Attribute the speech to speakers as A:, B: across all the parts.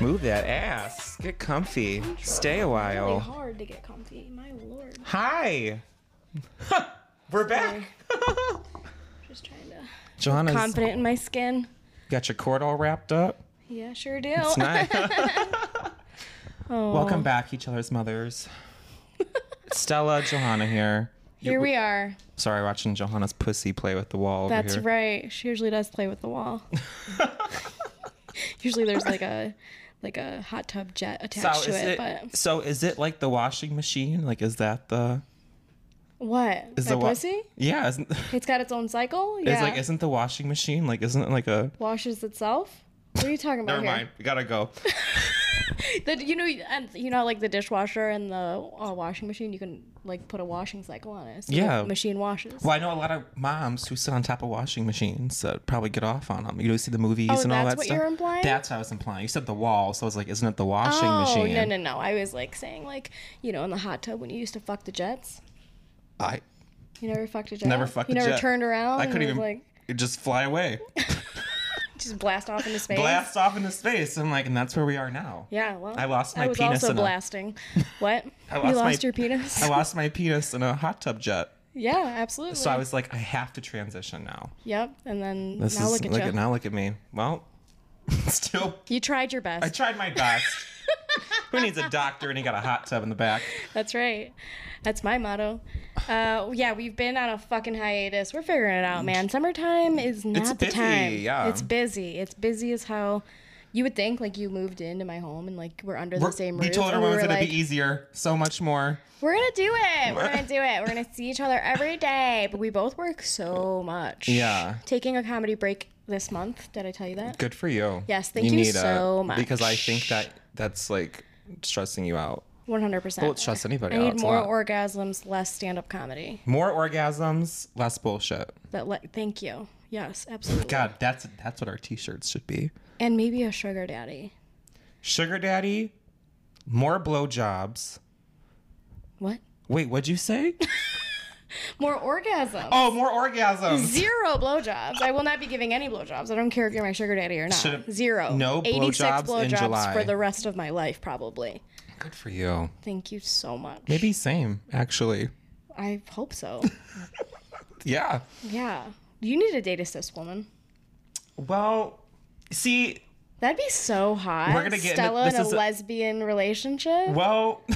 A: move that ass. Get comfy.
B: I'm trying
A: Stay a
B: Really
A: while.
B: hard to get comfy. My lord.
A: Hi. We're back.
B: Just trying to.
A: Johanna's
B: Confident in my skin.
A: got your cord all wrapped up.
B: Yeah, sure do.
A: It's nice.
B: Oh.
A: Welcome back, each other's mothers. Stella, Johanna here.
B: Here we are.
A: Sorry, watching Johanna's pussy play with the wall. over
B: That's
A: here.
B: right. She usually does play with the wall. usually there's like a like a hot tub jet attached
A: So is,
B: to it,
A: it,
B: but
A: so is it like the washing machine? Like, is that the
B: what?
A: is
B: My
A: the wa-
B: pussy?
A: Yeah, isn't
B: It's got its own cycle. Yeah.
A: it's like isn't the washing machine like isn't it like a
B: washes itself. What are you talking about?
A: Never
B: here?
A: mind, we gotta go.
B: The, you know, and you know, like the dishwasher and the uh, washing machine, you can like put a washing cycle on it. So
A: Yeah.
B: the machine washes.
A: Well, I know a lot of moms who sit on top of washing machines that probably get off on them. You know, you see the movies
B: Oh,
A: and all
B: that's
A: that
B: what
A: stuff.
B: you're implying?
A: That's what I was implying. You said the wall, so I was like, isn't it the washing
B: oh,
A: machine?
B: no, no, no. I was like saying, like, you know, in the hot tub when you used to fuck the jets.
A: I
B: You never fucked a jet.
A: never fucked
B: You
A: a
B: never
A: jet.
B: turned around.
A: I couldn't
B: and Oh, was
A: even
B: like
A: it just fly away,
B: just blast off into space.
A: blast off into space. I'm like, and that's where we are now.
B: Yeah, well,
A: I lost my
B: I was
A: penis
B: also
A: in a-
B: blasting. What?
A: I
B: you
A: lost my-
B: lost your penis?
A: I lost my penis in a hot tub jet,
B: yeah, absolutely.
A: so I was like, I have to transition now.
B: Yep, and then
A: This
B: now
A: is
B: look at you.
A: now look at me. Well, still,
B: You tried your best.
A: I tried my best. Who needs a doctor and he got a hot tub in the back?
B: That's right. That's my motto. Uh, yeah, we've been on a fucking hiatus. We're figuring it out, man. Summertime is not the
A: busy,
B: time.
A: yeah.
B: It's busy. It's busy as hell. You would think like you moved into my home and like we're under
A: We're-
B: the same roof.
A: we told
B: and
A: everyone it
B: were
A: was going
B: like,
A: to be e- easier, so much more.
B: We're gonna do it. We're gonna do it. We're gonna see each other every day. But we both work so much.
A: Yeah.
B: Taking a comedy break this month. Did I tell you that?
A: Good for you.
B: Yes, thank you so much.
A: Because I think that that's like stressing you out.
B: One hundred percent.
A: Well, it stress anybody
B: I need
A: out. It's a
B: more
A: lot.
B: orgasms, less stand-up comedy.
A: More orgasms, less bullshit.
B: That like, thank you. Yes, absolutely.
A: God, that's that's what our t-shirts should be.
B: And maybe a sugar daddy.
A: Sugar daddy, more blowjobs.
B: What?
A: Wait, what'd you say?
B: More orgasms.
A: Oh, more orgasms.
B: Zero blowjobs. I will not be giving any blowjobs. I don't care if you're my sugar daddy or not.
A: Should've-
B: Zero.
A: no
B: 86
A: blowjobs in July.
B: for the rest of my life, probably.
A: Good for you.
B: Thank you so much.
A: Maybe same, actually.
B: I hope so.
A: Yeah.
B: yeah. You need to date a cis woman.
A: Well, see,
B: That'd be so hot.
A: We're gonna get into-
B: Stella
A: this
B: in a
A: is a-
B: lesbian relationship.
A: well,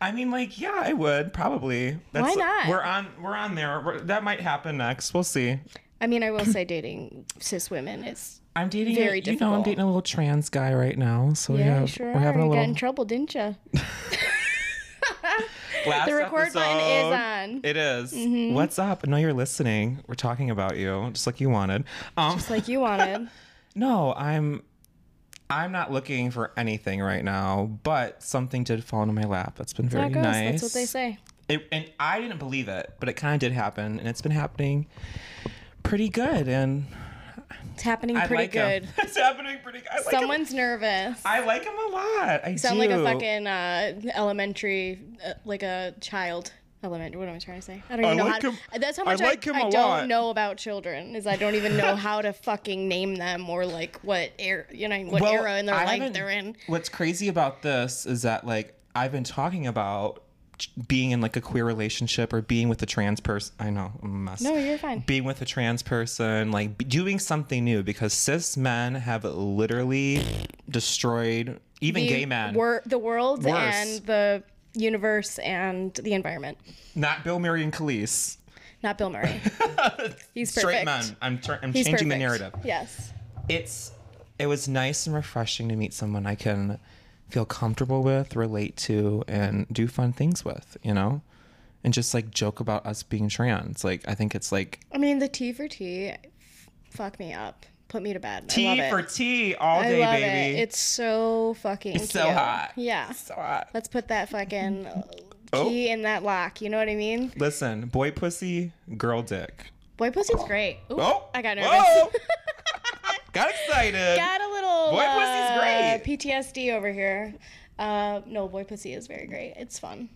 A: I mean, like, yeah, I would probably. That's,
B: Why not?
A: We're on, we're on there. We're, that might happen next. We'll see.
B: I mean, I will say dating cis women is.
A: I'm dating.
B: Very
A: a, you know, I'm
B: difficult.
A: dating a little trans guy right now, so we
B: Yeah, you
A: have,
B: sure
A: we're having
B: are.
A: a
B: You got
A: little.
B: in trouble, didn't you?
A: Last
B: The record button is
A: episode.
B: on. Mm-hmm.
A: It is. What's up? I know you're listening. We're talking about you, just like you wanted. Um,
B: It's like you wanted.
A: No, I'm I'm not looking for anything right now, but something did fall into my lap. That's been very
B: That goes.
A: nice.
B: That's what they say.
A: It, and I didn't believe it, but it kind of did happen, and it's been happening pretty good. And
B: It's happening
A: I
B: pretty
A: like
B: good.
A: him. it's happening pretty good. I like him.
B: Someone's nervous.
A: I like him a lot. I
B: Sound
A: do.
B: like a fucking uh, elementary, uh, like a child. Elementary. What am I trying to say? I don't
A: I
B: even know
A: like
B: how.
A: him-
B: To, that's how
A: I
B: much I,
A: like him
B: I
A: a
B: don't
A: lot.
B: know about children is I don't even know how to fucking name them or like what era, you know, what
A: Well,
B: era in their
A: I
B: life
A: haven't-
B: they're in.
A: What's crazy about this is that like I've been talking about ch- being in like a queer relationship or being with a trans person. I know, I'm a mess.
B: No, you're fine.
A: being with a trans person, like b- doing something new because cis men have literally destroyed even
B: The
A: gay men.
B: wor- the world
A: Worse.
B: and the universe and the environment.
A: Not Bill Murray and Khalees.
B: Not Bill Murray. He's perfect.
A: Straight men. I'm, tr- I'm
B: He's
A: changing the
B: perfect.
A: narrative.
B: Yes.
A: It's it was nice and refreshing to meet someone I can feel comfortable with, relate to, and do fun things with. You know, and just like joke about us being trans. Like I think it's like
B: I mean, the T for T, f- fuck me up, put me to bed. I love
A: tea
B: it.
A: for tea all
B: I
A: day,
B: love
A: baby.
B: it. It's so fucking.
A: It's so
B: cute.
A: hot.
B: Yeah.
A: so hot.
B: Let's put that fucking uh,
A: Oh.
B: key in that lock. You know what I mean?
A: Listen, boy pussy, girl dick.
B: Boy, pussy's great. Ooh,
A: Oh,
B: I got nervous.
A: Whoa. got excited.
B: got a little
A: Boy, pussy's
B: uh,
A: great.
B: PTSD over here. Uh, no, boy, pussy is very great. It's fun.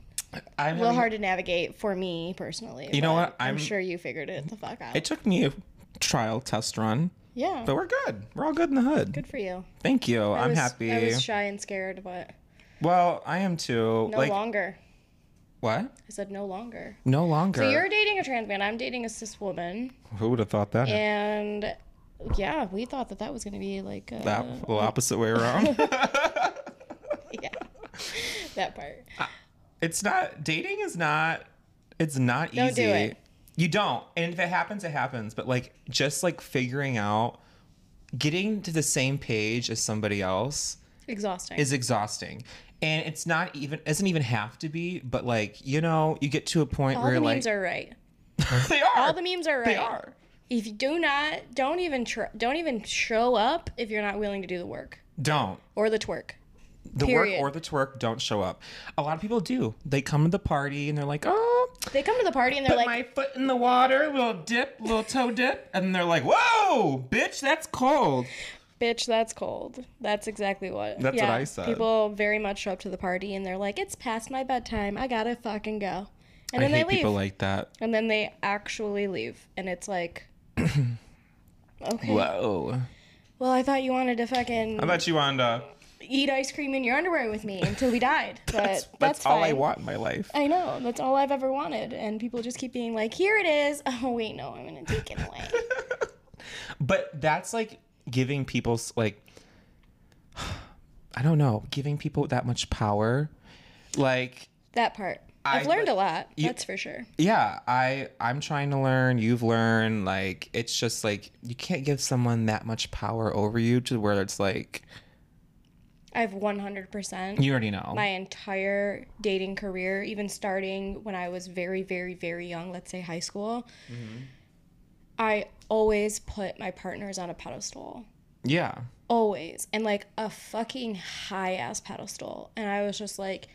A: I'm
B: A little hard to navigate for me personally.
A: You know
B: but
A: what?
B: I'm,
A: I'm-
B: sure you figured it the fuck out.
A: It took me a trial test run.
B: Yeah.
A: But we're good. We're all good in the hood.
B: Good for you.
A: Thank you.
B: I
A: I'm
B: was-
A: happy.
B: I was shy and scared, but
A: well, I am too.
B: no
A: like
B: longer.
A: what?
B: I said no longer.
A: No longer.
B: So you're dating a trans man. I'm dating a cis woman,
A: Who would have thought that?
B: and yeah, we thought that that was gonna be like uh,
A: that well, opposite way around.
B: yeah, that part.
A: it's not dating is not it's not
B: Don't
A: easy.
B: do it.
A: You don't. And if it happens, it happens. But like just like figuring out getting to the same page as somebody else
B: Exhausting.
A: is exhausting. And it's not even doesn't even have to be, but like, you know, you get to a point
B: All
A: where
B: the
A: you're like
B: memes are right.
A: they are.
B: All the memes are right.
A: they are.
B: If you do not, don't even tr- don't even show up if you're not willing to do the work
A: Don't.
B: or the twerk.
A: The
B: Period.
A: work or the twerk don't show up. A lot of people do. They come to the party and they're like, oh,
B: They come to the party and they're like,
A: put my foot in the water, little dip, little toe dip, and they're like, "Whoa, bitch, that's cold."
B: "Bitch, that's cold." That's exactly what.
A: That's what I said.
B: People very much show up to the party and they're like, "It's past my bedtime. I gotta fucking go," and
A: I
B: then
A: hate
B: they leave.
A: people like that.
B: and then they actually leave, and it's like, okay.
A: Whoa.
B: Well, I thought you wanted to fucking
A: I thought you wanted to.
B: eat ice cream in your underwear with me until we died, but
A: That's
B: that's,
A: that's, all I
B: fine.
A: want in my life.
B: I know. That's all I've ever wanted. And people just keep being like, here it is. Oh, wait, no, I'm going to take it away.
A: But that's like giving people s- like, I don't know, giving people that much power. Like,
B: that part. I've
A: I-
B: learned a lot. that's for sure.
A: yeah, I I'm trying to learn. You've learned. Like, it's just like you can't give someone that much power over you to where it's like
B: I've 100%
A: you already know.
B: my entire dating career, even starting when I was very, very, very young, let's say high school.
A: Mm-hmm.
B: I always put my partners on a pedestal.
A: yeah.
B: always and like a fucking high ass pedestal and i was just like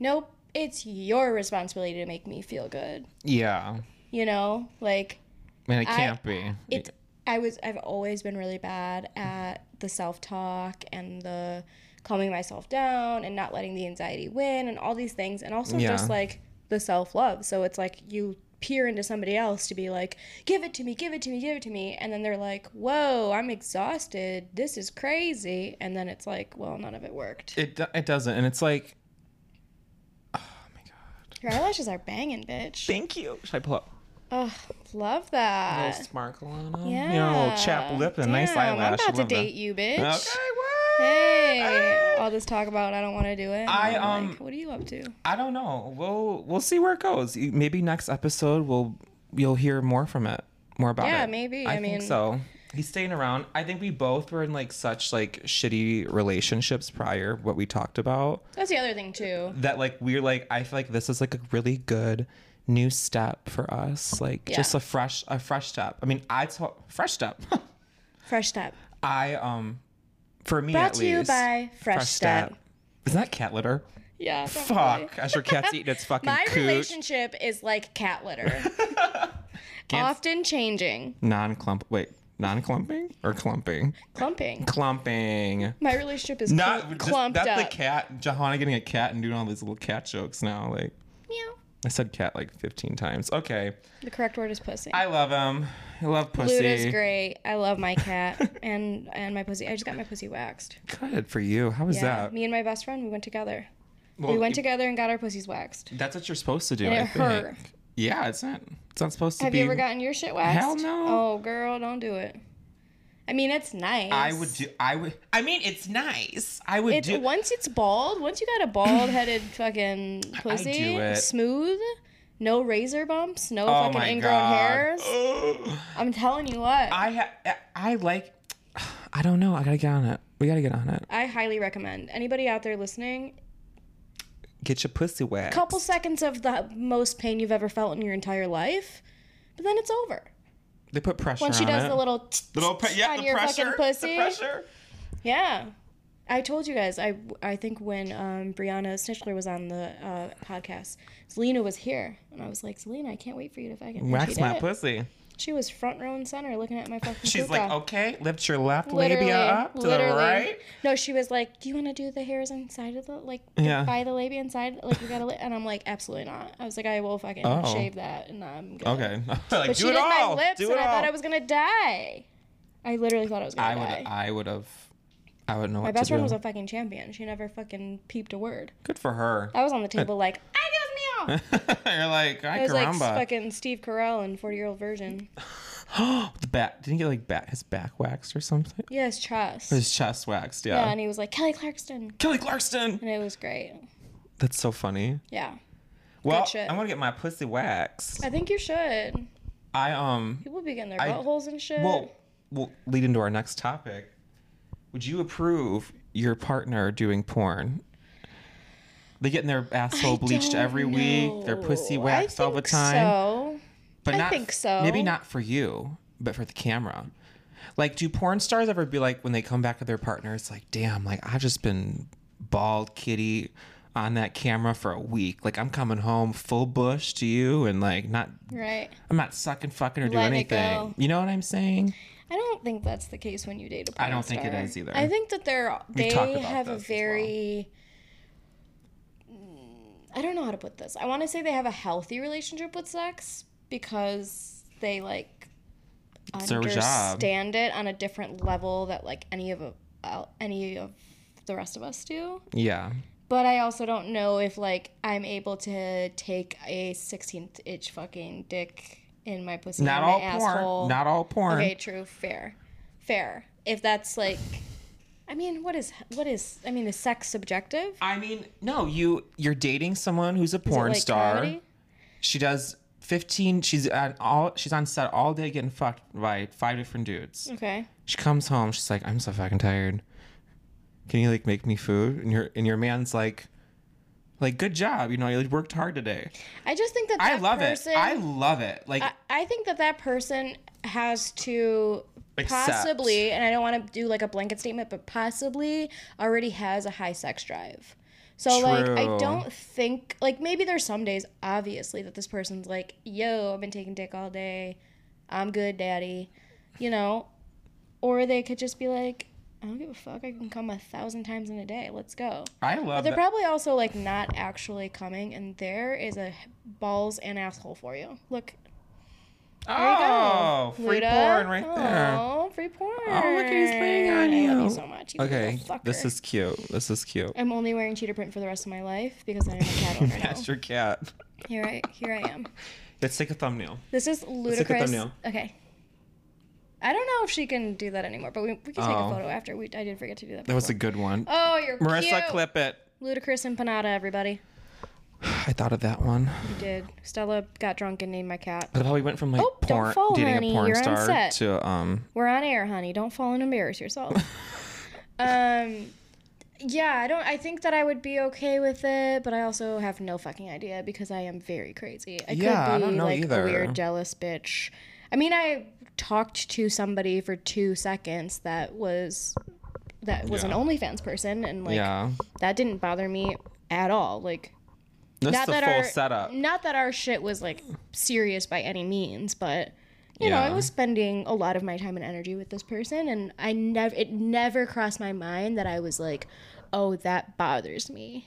B: nope it's your responsibility to make me feel good
A: Yeah.
B: you know like
A: Man, it can't be.
B: it i was i've always been really bad at the self-talk and the calming myself down and not letting the anxiety win and all these things and also
A: Yeah.
B: just like the self-love so it's like you peer into somebody else to be like give it to me give it to me give it to me and then they're like whoa i'm exhausted this is crazy and then it's like well none of it worked
A: It do- it doesn't, and it's like.
B: your eyelashes are banging bitch
A: Thank you. Should I pull up?
B: Ugh, love
A: A
B: that
A: little sparkle on them.
B: yeah
A: You know, a little chap lip and a nice
B: Damn,
A: eyelash.
B: i'm about to
A: Love that.
B: date you bitch
A: Okay, what?
B: Hey,
A: Ah.
B: all this talk about I don't want to do it. and
A: I,
B: I'm
A: um,
B: like, what are you up to?
A: I don't know. We'll we'll see where it goes. You- Maybe next episode we'll you'll hear more from it, more about it.
B: Yeah, maybe. I
A: I, think
B: mean-
A: so. He's staying around. I think we both were in like such like shitty relationships prior. What we talked about.
B: That's the other thing too.
A: that like we're like I feel like this is like a really good new step for us. Like
B: Yeah.
A: just a fresh a fresh step. I mean, I to- fresh step.
B: Fresh step.
A: I um for me
B: Brought
A: at
B: to
A: least.
B: you by Fresh, Step.
A: Isn't that cat litter?
B: Yeah. probably.
A: Fuck. As your cat's eating its fucking
B: My
A: coot.
B: relationship is like cat litter. Often changing,
A: non clump wait, non clumping or clumping?
B: clumping.
A: Clumping.
B: My relationship is
A: Not
B: cl-
A: just-
B: clumped
A: that's
B: up.
A: the cat. Johanna getting a cat and doing all these little cat jokes now. Like
B: Meow.
A: I said cat like fifteen times. Okay.
B: The correct word is pussy.
A: I love him. I love pussy.
B: Luda's great. I love my cat and and my pussy. I just got my pussy waxed.
A: Good for you. How was
B: Yeah.
A: that?
B: Me and my best friend, we went together.
A: Well,
B: we went
A: you-
B: together and got our pussies waxed.
A: That's what you're supposed to do.
B: And
A: I
B: it
A: think.
B: hurt.
A: Yeah, it's not. It's not supposed to
B: Have
A: be.
B: you ever gotten your shit waxed?
A: Hell no.
B: Oh, girl, don't do it. I mean, it's nice.
A: I would do. I would. I mean, it's nice. I would
B: It's
A: do.
B: once it's bald. Once you got a bald-headed fucking pussy,
A: do it.
B: smooth, no razor bumps, no
A: oh
B: fucking
A: my
B: ingrown
A: god.
B: hairs.
A: Ugh.
B: I'm telling you what, I,
A: I ha- I like. I don't know. I gotta get on it. We gotta get on it.
B: highly recommend anybody out there listening.
A: Get your pussy wet.
B: Couple seconds of the most pain you've ever felt in your entire life, but then it's over.
A: They put pressure
B: Once she
A: on
B: does
A: it.
B: the little, tsk,
A: little
B: tsk,
A: pre- yeah,
B: on
A: the
B: your
A: pressure.
B: fucking pussy,
A: The pressure.
B: Yeah. I told you guys, I, I think when um, Brianna Snitchler was on the uh, podcast, Zelina was here. And I was like, Zelina, I can't wait for you to fucking and
A: Wax
B: she
A: my
B: did it.
A: pussy.
B: She was front row and center looking at my fucking
A: She's
B: puka.
A: like, okay, lift your left
B: Literally,
A: labia up to
B: literally.
A: the right.
B: No, she was like, "Do you want to do the hairs inside of the like
A: Yeah.
B: by the labia inside? Like we gotta." Li-. And I'm like, "Absolutely not." I was like, "I will fucking
A: Oh.
B: shave that, and I'm good."
A: Okay. like,
B: But
A: do
B: she
A: it
B: did
A: all.
B: my lips,
A: do it
B: and I
A: all.
B: thought I was gonna die. I literally thought I was gonna
A: I
B: die.
A: would I would have I wouldn't know
B: My
A: what
B: best
A: to
B: friend was
A: do.
B: a fucking champion. She never fucking peeped a word.
A: Good for her.
B: I was on the table like, I give me off.
A: You're like, I
B: I was like
A: caramba.
B: fucking Steve Carell in 40 year old version.
A: the back didn't he get like back his back waxed or something?
B: Yeah, his chest.
A: His chest waxed, yeah.
B: yeah, and he was like Kelly Clarkson,
A: Kelly Clarkson.
B: and it was great.
A: That's so funny.
B: Yeah,
A: Well,
B: shit.
A: I want to get my pussy waxed.
B: I think you should.
A: I um
B: People be getting their
A: I-
B: buttholes and shit.
A: well, we'll lead into our next topic. Would you approve your partner doing porn? They getting their asshole
B: I
A: bleached
B: don't
A: every week, their pussy
B: know. I
A: waxed all the
B: think
A: time.
B: So
A: but
B: I
A: not
B: think so.
A: Maybe not for you, but for the camera. Like, do porn stars ever be like when they come back to their partner? It's like, damn, like I've just been bald kitty on that camera for a week. Like I'm coming home full bush to you, and like not,
B: right.
A: I'm not sucking, fucking, or doing
B: Let it
A: anything.
B: go.
A: You know what I'm saying?
B: I don't think that's the case when you date a porn
A: I don't think it
B: star.
A: is either.
B: I think that they're they
A: talked about
B: have
A: this
B: a
A: as well.
B: very Mm, I don't know how to put this. I want to say they have a healthy relationship with sex because they like
A: It's their job.
B: understand it on a different level that like any of a, uh, any of the rest of us do.
A: Yeah,
B: But I also don't know if like I'm able to take a 16th inch fucking dick in my pussy
A: not
B: in
A: all
B: my
A: porn.
B: asshole.
A: Not all porn.
B: Okay, true, fair, fair. If that's like, I mean, what is what is? I mean, is sex subjective? Is
A: I mean, no, you you're dating someone who's a
B: it
A: porn
B: like
A: star.
B: comedy?
A: She does 15. She's at all. She's on set all day getting fucked by five different dudes.
B: Okay,
A: She comes home. She's like, I'm so fucking tired. Can you like make me food? And your and your man's like, like good job. You know, you worked hard today.
B: I just think that,
A: I
B: that
A: love
B: person,
A: it. I love it. Like
B: I, I think that that person has to
A: Accept.
B: possibly, and I don't want to do like a blanket statement, but possibly already has a high sex drive. So like I
A: True.
B: don't think like maybe there's some days obviously that this person's like, "Yo, I've been taking dick all day. I'm good, daddy." You know, or they could just be like, "I don't give a fuck. I can come a thousand times in a day. Let's go."
A: I love
B: They're
A: it.
B: probably also like not actually coming, and there is a balls and asshole for you. Look, there you
A: oh,
B: go.
A: free
B: Luda.
A: porn right there.
B: Oh, free porn.
A: Oh, look, he's playing on
B: I love
A: you.
B: you so much. You
A: Okay,
B: little fucker.
A: this is cute. This is cute.
B: I'm only wearing cheetah print for the rest of my life because I'm a cat owner now.
A: That's your cat.
B: Here I, here I am.
A: Let's take a thumbnail.
B: This is
A: look at
B: ludicrous.
A: them now.
B: Okay. I don't know if she can do that anymore, but we, we can take
A: Oh.
B: a photo after. We I did forget to do that.
A: That was a
B: before.
A: good one.
B: Oh, you're
A: Marissa,
B: cute.
A: clip it.
B: Ludicrous empanada, everybody.
A: I thought of that one.
B: You did. Stella got drunk and named my cat.
A: But how we went from like
B: Oh, don't
A: porn
B: fall,
A: dating a
B: honey.
A: porn
B: You're on
A: star
B: set.
A: to um
B: We're on air, honey. Don't fall and embarrass yourself. um, yeah, I don't. I think that I would be okay with it, but I also have no fucking idea because I am very crazy. I
A: Yeah, I
B: could be
A: don't know
B: like
A: either.
B: a weird, jealous bitch. I mean, I talked to somebody for two seconds that was that was
A: Yeah.
B: an OnlyFans person, and like
A: yeah.
B: that didn't bother me at all. Like
A: That's
B: not
A: the
B: that
A: full
B: our
A: setup.
B: not that our shit was like serious by any means, but you know,
A: Yeah.
B: I was spending a lot of my time and energy with this person, and I never it never crossed my mind that I was like, oh, that bothers me.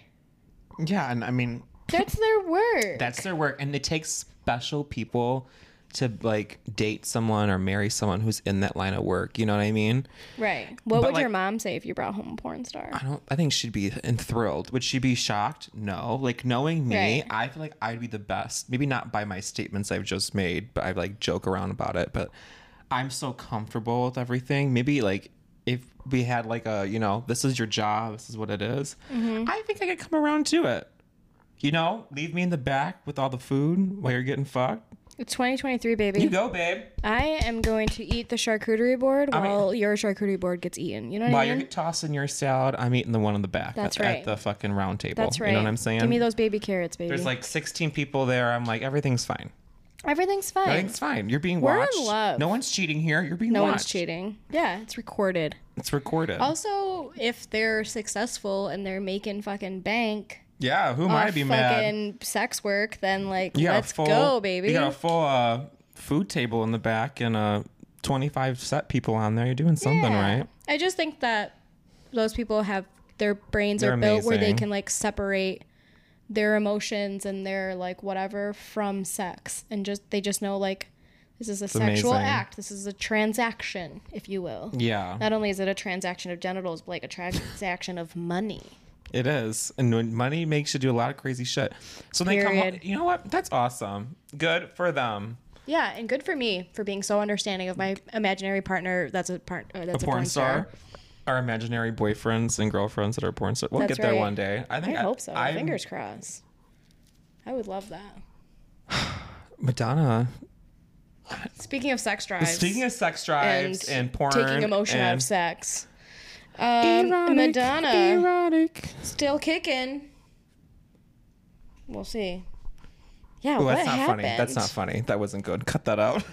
A: Yeah, and I mean
B: That's their word.
A: that's their work, and it takes special people to like date someone or marry someone who's in that line of work. You know what I mean?
B: right. What
A: But,
B: would your
A: like-
B: mom say if you brought home a porn star?
A: I don't. I think she'd be enthralled. Would she be shocked? No. Like knowing me,
B: Right.
A: I feel like I'd be the best. Maybe not by my statements I've just made, but I like joke around about it. But I'm so comfortable with everything. Maybe like if we had like a you know this is your job, this is what it is, I think I could come around to it. You know, leave me in the back with all the food while you're getting fucked.
B: It's 2023, baby.
A: You go, babe.
B: I am going to eat the charcuterie board
A: mean-
B: while your charcuterie board gets eaten. You know what
A: While
B: I mean?
A: you're tossing your salad, I'm eating the one in the back.
B: That's
A: at,
B: right.
A: At the fucking round table.
B: That's right.
A: You know what I'm saying?
B: Give me those baby carrots, baby.
A: There's like 16 people there. I'm like, everything's fine.
B: Everything's fine.
A: Everything's fine. You're being
B: We're in
A: watched.
B: love.
A: No one's cheating here. You're being
B: no
A: watched.
B: one's cheating. Yeah, it's recorded.
A: It's recorded.
B: Also, if they're successful and they're making fucking bank
A: yeah, who am I to
B: off
A: be
B: fucking
A: mad?
B: sex work, then like
A: You got a
B: let's
A: full-
B: go, baby.
A: You got a full uh, food table in the back and uh, 25 set people on there. You're doing something
B: Yeah.
A: right.
B: I just think that those people have their brains
A: They're
B: are built where they
A: amazing.
B: can like separate their emotions and their like whatever from sex and just they just know like This is a sexual
A: amazing.
B: act. This is a transaction, if you will.
A: Yeah,
B: Not only is it a transaction of genitals, but like a transaction of money.
A: it is. And when money makes you do a lot of crazy shit. So they come home.
B: Period.
A: You know what? That's awesome. Good for them.
B: Yeah, and good for me for being so understanding of my imaginary partner. That's a part. Uh, that's
A: a porn star. Our imaginary boyfriends and girlfriends that are porn stars. We'll
B: That's
A: get there
B: right.
A: one day. I
B: I
A: think
B: hope so.
A: I'm-
B: Fingers crossed. I would love that.
A: Madonna.
B: Speaking of sex drives,
A: Speaking of sex drives and, porn,
B: taking emotion out of
A: and-
B: sex, um,
A: Erotic,
B: Madonna
A: Erotic.
B: still kicking. We'll see. Yeah,
A: Oh,
B: what
A: that's not
B: happened?
A: funny. That's not funny. That wasn't good. Cut that out.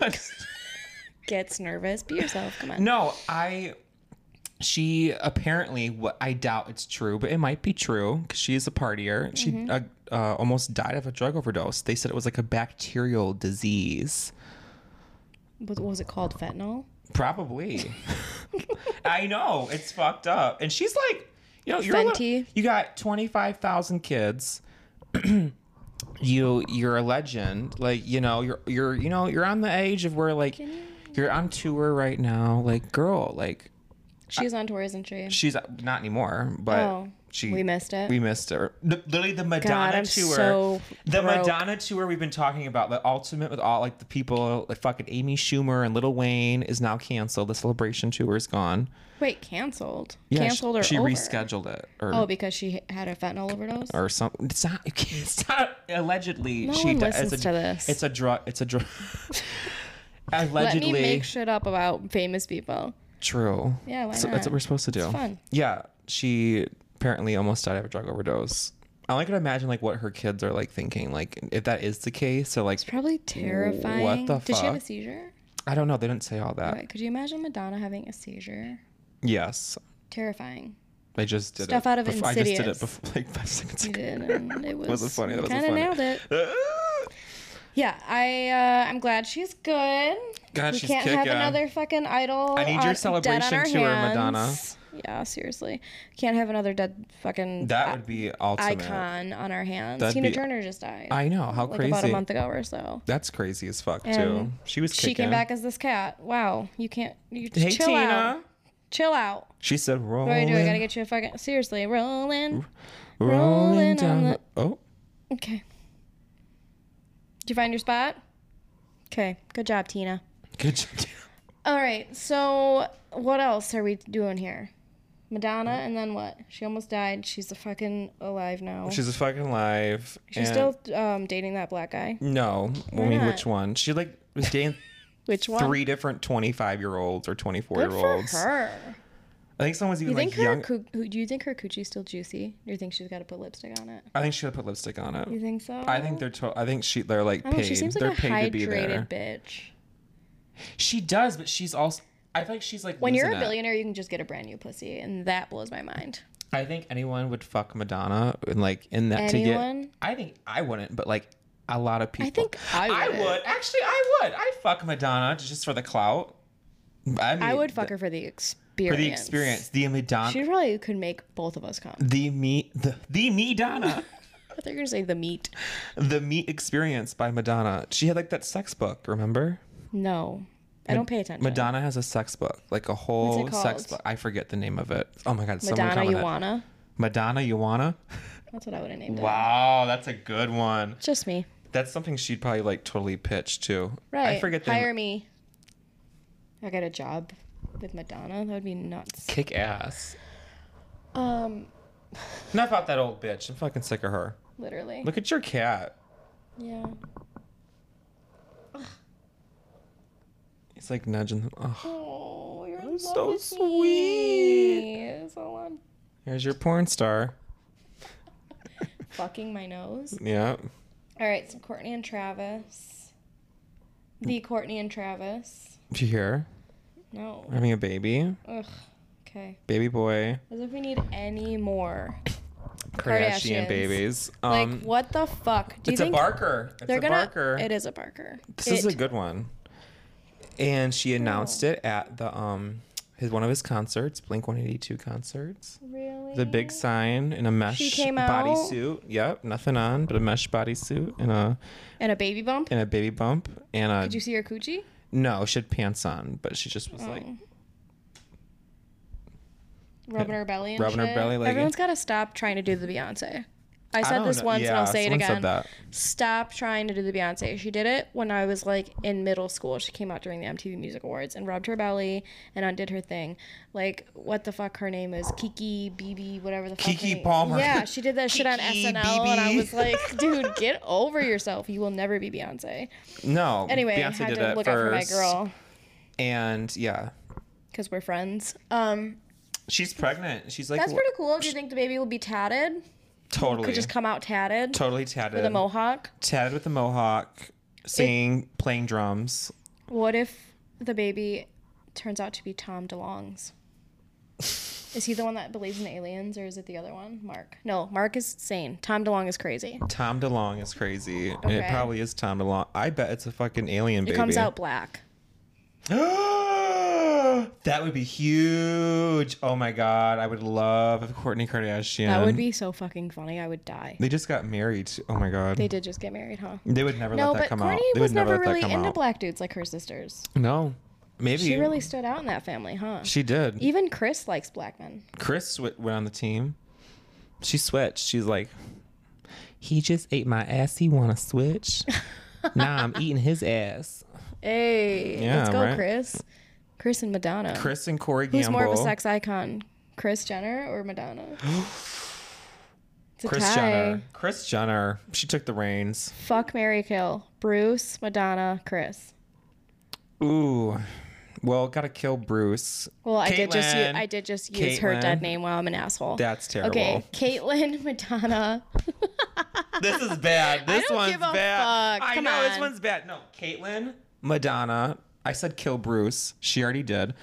B: Gets nervous. Be yourself. Come on.
A: no, I. She apparently, what I doubt it's true, but it might be true because she is a partier. She
B: Mm-hmm.
A: uh, uh, almost died of a drug overdose. They said it was like a bacterial disease.
B: What what was it called? Fentanyl.
A: Probably. I know it's fucked up, and she's like, you know, you're a
B: Fenty.
A: little- you got twenty five thousand kids. you you're a legend. Like you know you're you're you know you're on the age of where like you're on tour right now. Like girl, like
B: She's on tour, isn't she?
A: she's not anymore, but
B: Oh,
A: she
B: we missed it.
A: we missed her. The- literally the Madonna
B: I'm
A: tour.
B: so
A: the
B: broke.
A: Madonna tour we've been talking about, the ultimate with all like the people like fucking Amy Schumer and Little Wayne is now canceled. The celebration tour is gone.
B: Wait, canceled.
A: Yeah, she-
B: canceled or
A: she,
B: over?
A: rescheduled it or
B: Oh, because she had a fentanyl overdose.
A: or something. It's not you can't- it's not allegedly
B: No
A: she
B: one
A: di-
B: listens
A: it's a,
B: to this.
A: It's a drug it's a drug
B: Let
A: allegedly
B: me make shit up about famous people.
A: true.
B: Yeah, why
A: So that's
B: not?
A: what we're supposed to do.
B: fun.
A: Yeah, she apparently almost died of a drug overdose. I like to imagine like what her kids are like thinking, like if that is the case. So like
B: Probably terrifying.
A: the
B: Did she have a
A: fuck? Uh,
B: seizure?
A: I don't know, they didn't say all that.
B: Right, Could you imagine Madonna having a seizure?
A: Yes,
B: Terrifying.
A: I just did
B: Stuff
A: it.
B: out of
A: bef- I just did it
B: Insidious.
A: before like five seconds
B: You
A: ago.
B: did, and it was,
A: That wasn't funny. That wasn't
B: Kind of
A: funny.
B: nailed it. Yeah, I uh, I'm glad she's good.
A: God,
B: we
A: she's
B: can't have
A: kicking.
B: another fucking idol.
A: I need your
B: on, dead
A: celebration
B: on our
A: tour, Madonna.
B: hands. Yeah, seriously, can't have another dead fucking
A: that
B: i-
A: would be ultimate.
B: icon on our hands.
A: That'd
B: Tina
A: be-
B: Turner just died
A: I know how
B: like
A: crazy.
B: about a month ago or so.
A: That's crazy as fuck too.
B: And
A: she was kicking.
B: She came back as this cat. Wow, you can't. You
A: Hey
B: chill
A: Tina.
B: out. Chill out.
A: She said, "Rolling,
B: What do I do? I gotta get you a fucking seriously rolling.
A: rolling,
B: rolling on
A: down
B: the-
A: the- Oh,
B: Okay. Did you find your spot? Okay. Good job, Tina.
A: good job.
B: All right. So what else are we doing here? Madonna, and then what? She almost died. She's a fucking alive now. She's,
A: She's a fucking live. and-
B: still um, dating that black guy.
A: No, I mean
B: not?
A: which one? She like was dating
B: Which one?
A: three different twenty-five year olds or twenty-four
B: Good
A: year
B: for
A: olds. I
B: her.
A: think someone's even
B: You think
A: like
B: her
A: young.
B: coo- who- do you think her coochie's still juicy? Do you think she's got to put lipstick on it?
A: I think she would put lipstick on it.
B: You think so?
A: I think they're. To- I think she. They're like
B: I don't know,
A: paid.
B: she seems
A: they're
B: like a
A: paid to be
B: hydrated
A: there.
B: bitch.
A: She does, but she's also. I feel like she's like.
B: When you're
A: losing
B: a
A: it.
B: billionaire, you can just get a brand new pussy, and that blows my mind.
A: I think anyone would fuck Madonna and like in that to
B: Anyone?
A: get. I think I wouldn't, but like a lot of people.
B: I think I
A: I
B: would.
A: would actually. I would. I fuck Madonna just for the clout. I, mean,
B: I would fuck her for the
A: for
B: experience.
A: the experience. The Madonna.
B: She probably could make both of us come.
A: the me. The the me Donna.
B: I thought you were gonna say the meat.
A: the me experience by Madonna. She had like that sex book. Remember?
B: No, I don't pay attention.
A: Madonna has a sex book, like a whole sex
B: called?
A: book. I forget the name of it. Oh my god, someone
B: Madonna,
A: comment
B: you
A: that.
B: wanna?
A: Madonna, you wanna?
B: That's what I would have named it.
A: Wow, that's a good one.
B: Just me,
A: That's something she'd probably like totally pitch too.
B: right?
A: I forget the
B: Hire me. I got a job with Madonna. That would be nuts.
A: kick ass.
B: Um,
A: Enough about that old bitch. I'm fucking sick of her.
B: literally.
A: Look at your cat.
B: Yeah.
A: He's like nudging. Them. Oh,
B: Oh, you're in
A: I'm
B: love
A: so
B: with
A: sweet.
B: me. So I'm
A: Here's your porn star.
B: fucking my nose.
A: Yeah.
B: All right, so Courtney and Travis. The Courtney and Travis.
A: Did you hear?
B: No.
A: We're having a baby,
B: Ugh. Okay.
A: baby boy,
B: As if we need any more.
A: Kardashian
B: Kardashians.
A: babies. Um,
B: like, what the fuck? Do you
A: it's a
B: think
A: Barker. It's
B: they're
A: a
B: gonna?
A: Barker.
B: It is a Barker.
A: This is a good one. And she announced it at the um his one of his concerts, Blink 182 concerts.
B: really
A: The big sign in a mesh
B: came out?
A: bodysuit. Yep, nothing on, but a mesh bodysuit and a
B: and a baby bump.
A: and a baby bump and a
B: Did you Mm. see her coochie?
A: No, she had pants on, but she just was like,
B: rubbing her belly and
A: Rubbing her
B: shit.
A: belly like-
B: Everyone's got to stop trying to do the Beyonce. I
A: I
B: said
A: don't
B: this
A: know.
B: once and
A: Yeah,
B: I'll say it
A: someone said
B: again.
A: that.
B: Stop trying to do the Beyonce. She did it when I was like in middle school. She came out during the MTV Music Awards and rubbed her belly and undid her thing. Like what the fuck her name is? Kiki BB whatever the fuck. her
A: Kiki
B: name-
A: Palmer.
B: Yeah, she did that shit on
A: Kiki
B: SNL and I
A: BB.
B: was like, dude, get over yourself. You will never be Beyonce.
A: no.
B: Anyway, I
A: Beyonce
B: had
A: did
B: to
A: it
B: look out for my
A: first,
B: girl
A: and yeah,
B: because we're friends. Um,
A: she's pregnant. She's like
B: that's pretty cool. Do you think the baby will be tatted?
A: totally,
B: Could just come out tatted.
A: totally Oh, tatted
B: with a mohawk.
A: tatted with the mohawk, singing, playing drums.
B: What if the baby turns out to be Tom DeLong's? Is he the one that believes in aliens, or is it the other one, Mark? No, Mark is sane. Tom DeLong is crazy.
A: Tom DeLong is crazy, and it
B: Okay.
A: probably is Tom DeLong. I bet it's a fucking alien
B: It
A: baby.
B: comes out black.
A: that would be huge. Oh my god, I would love if Courtney Kardashian.
B: That would be so fucking funny. I would die.
A: They just got married. Oh my god.
B: They
A: They,
B: did just get married, huh?
A: would never
B: No,
A: let that
B: but
A: come
B: Courtney
A: out. They
B: was
A: would never,
B: never
A: let
B: really
A: that come
B: into
A: out.
B: black dudes like her sisters.
A: no. Maybe
B: She really stood out in that family, huh?
A: She did.
B: Even Chris likes black men.
A: Chris w- went on the team. She switched. She's like, he just ate my ass. He want to switch. nah, I'm eating his ass.
B: Hey,
A: Yeah,
B: let's go,
A: right?
B: Chris. Chris and Madonna.
A: Chris and Corey Gamble.
B: Who's more of a sex icon, Chris Jenner or Madonna? It's a
A: Chris
B: tie.
A: Jenner. Chris Jenner. She took the reins.
B: Fuck Mary Kill. Bruce, Madonna, Chris.
A: Ooh. Well, gotta kill Bruce.
B: Well, I did just u-
A: Caitlyn.
B: I did just use her
A: Caitlyn.
B: dead name while I'm an asshole.
A: That's terrible.
B: okay, Caitlyn, Madonna.
A: This is bad. This
B: don't
A: one's
B: give a
A: bad.
B: fuck.
A: I
B: Come
A: know this
B: on.
A: one's bad. No, Caitlyn, Madonna. I said kill Bruce. She already did.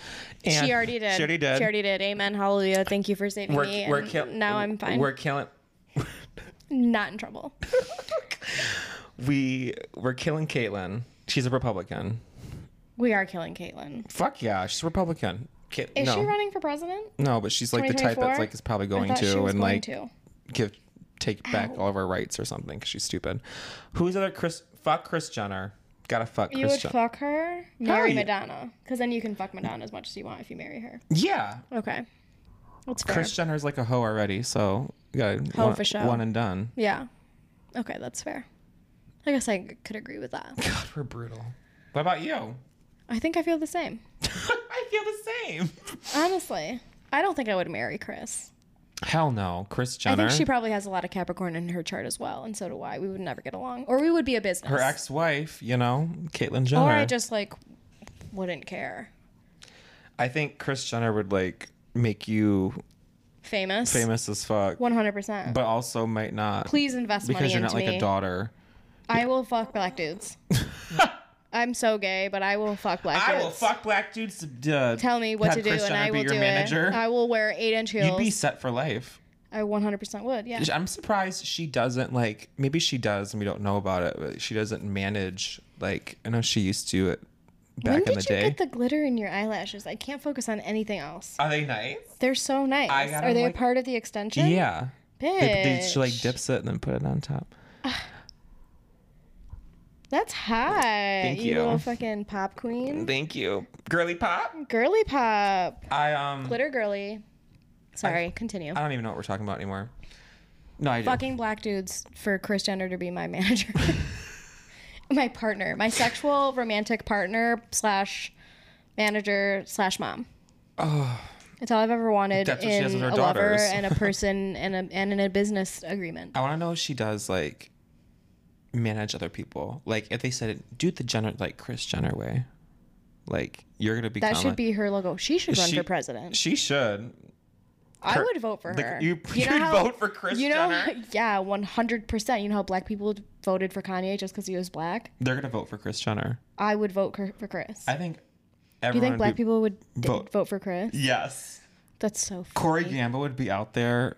A: And
B: she already did.
A: She already did.
B: She already did. Amen. Hallelujah. Thank you for saving me.
A: we're we're
B: and
A: kill-
B: now I'm fine.
A: We're killing.
B: Not in trouble.
A: We we're killing Caitlyn. She's a Republican.
B: We are killing Caitlyn.
A: Fuck yeah, she's a Republican. Ca-
B: Is
A: no,
B: she running for president?
A: no, but she's like the type
B: 2024?
A: that's like is probably
B: I
A: going
B: thought
A: to
B: she was
A: and
B: going
A: like
B: to.
A: give take back all of our rights or something because she's stupid. Who's the other Chris? Fuck Chris Jenner. Gotta fuck
B: You
A: Chris
B: would
A: Jenner.
B: fuck her, marry
A: yeah.
B: Madonna, because then you can fuck Madonna as much as you want if you marry her.
A: yeah,
B: Okay, that's fair.
A: Chris Jenner's like a hoe already, so you gotta
B: Hoe
A: one,
B: for show.
A: one and done.
B: yeah, okay, that's fair. I guess I g- could agree with that.
A: God, we're brutal. What about you?
B: I think I feel the same.
A: I feel the same.
B: Honestly, I don't think I would marry Chris.
A: Hell no, Chris Jenner.
B: I think she probably has a lot of Capricorn in her chart as well, and so do I. We would never get along, or we would be a business.
A: her ex-wife, you know, Caitlyn Jenner.
B: Or I just like wouldn't care.
A: I think Chris Jenner would like make you
B: Famous.
A: famous as fuck,
B: One hundred percent.
A: but also might not
B: Please invest
A: because
B: money
A: you're
B: into
A: not like
B: me.
A: a daughter.
B: I will fuck black dudes. I'm so gay, but I will fuck black dudes.
A: black dudes. To, uh,
B: Tell me what
A: have
B: to do,
A: Kris
B: and
A: Jenner
B: I
A: be
B: will
A: your
B: do
A: manager.
B: it. I will wear eight inch
A: You'd
B: heels.
A: be set for life.
B: I 100% would. Yeah.
A: I'm surprised she doesn't like. Maybe she does, and we don't know about it. But she doesn't manage like I know she used to it
B: When
A: back
B: did
A: in the
B: you
A: day.
B: get the glitter in your eyelashes? I can't focus on anything else.
A: Are they nice?
B: They're so nice.
A: I got
B: Are
A: them,
B: they
A: like-
B: a part of the extension?
A: Yeah.
B: Bitch.
A: They, they, she like dips it and then put it on top.
B: That's hot. Thank
A: you.
B: little fucking pop queen.
A: Thank you, girly pop.
B: Girly pop.
A: I um.
B: Glitter girly. Sorry, continue.
A: I don't even know what we're talking about anymore. No, I do.
B: fucking black dudes for Chris Jenner to be my manager, my partner, my sexual romantic partner slash manager slash mom. Oh, it's all I've ever wanted
A: That's what she
B: in
A: has with her
B: a lover
A: daughters.
B: and a person and a and in a business agreement.
A: I want to know if she does like manage other people. Like if they said it, do it the Jenner like Chris Jenner way. Like you're gonna become.
B: That should be her logo. She should run
A: She-
B: for president.
A: She should.
B: I
A: her-
B: would vote for
A: the-
B: her.
A: you- you'd vote for Kris
B: you know,
A: Jenner?
B: Yeah, one hundred percent. You know how black people voted for Kanye just because he was black.
A: They're gonna vote for Chris Jenner.
B: I would vote cur- for Chris.
A: I think.
B: Do you
A: Everyone
B: think
A: would
B: black
A: be-
B: people would d-
A: vote.
B: vote for Chris?
A: Yes.
B: That's so. Funny.
A: Corey Gamble would be out there.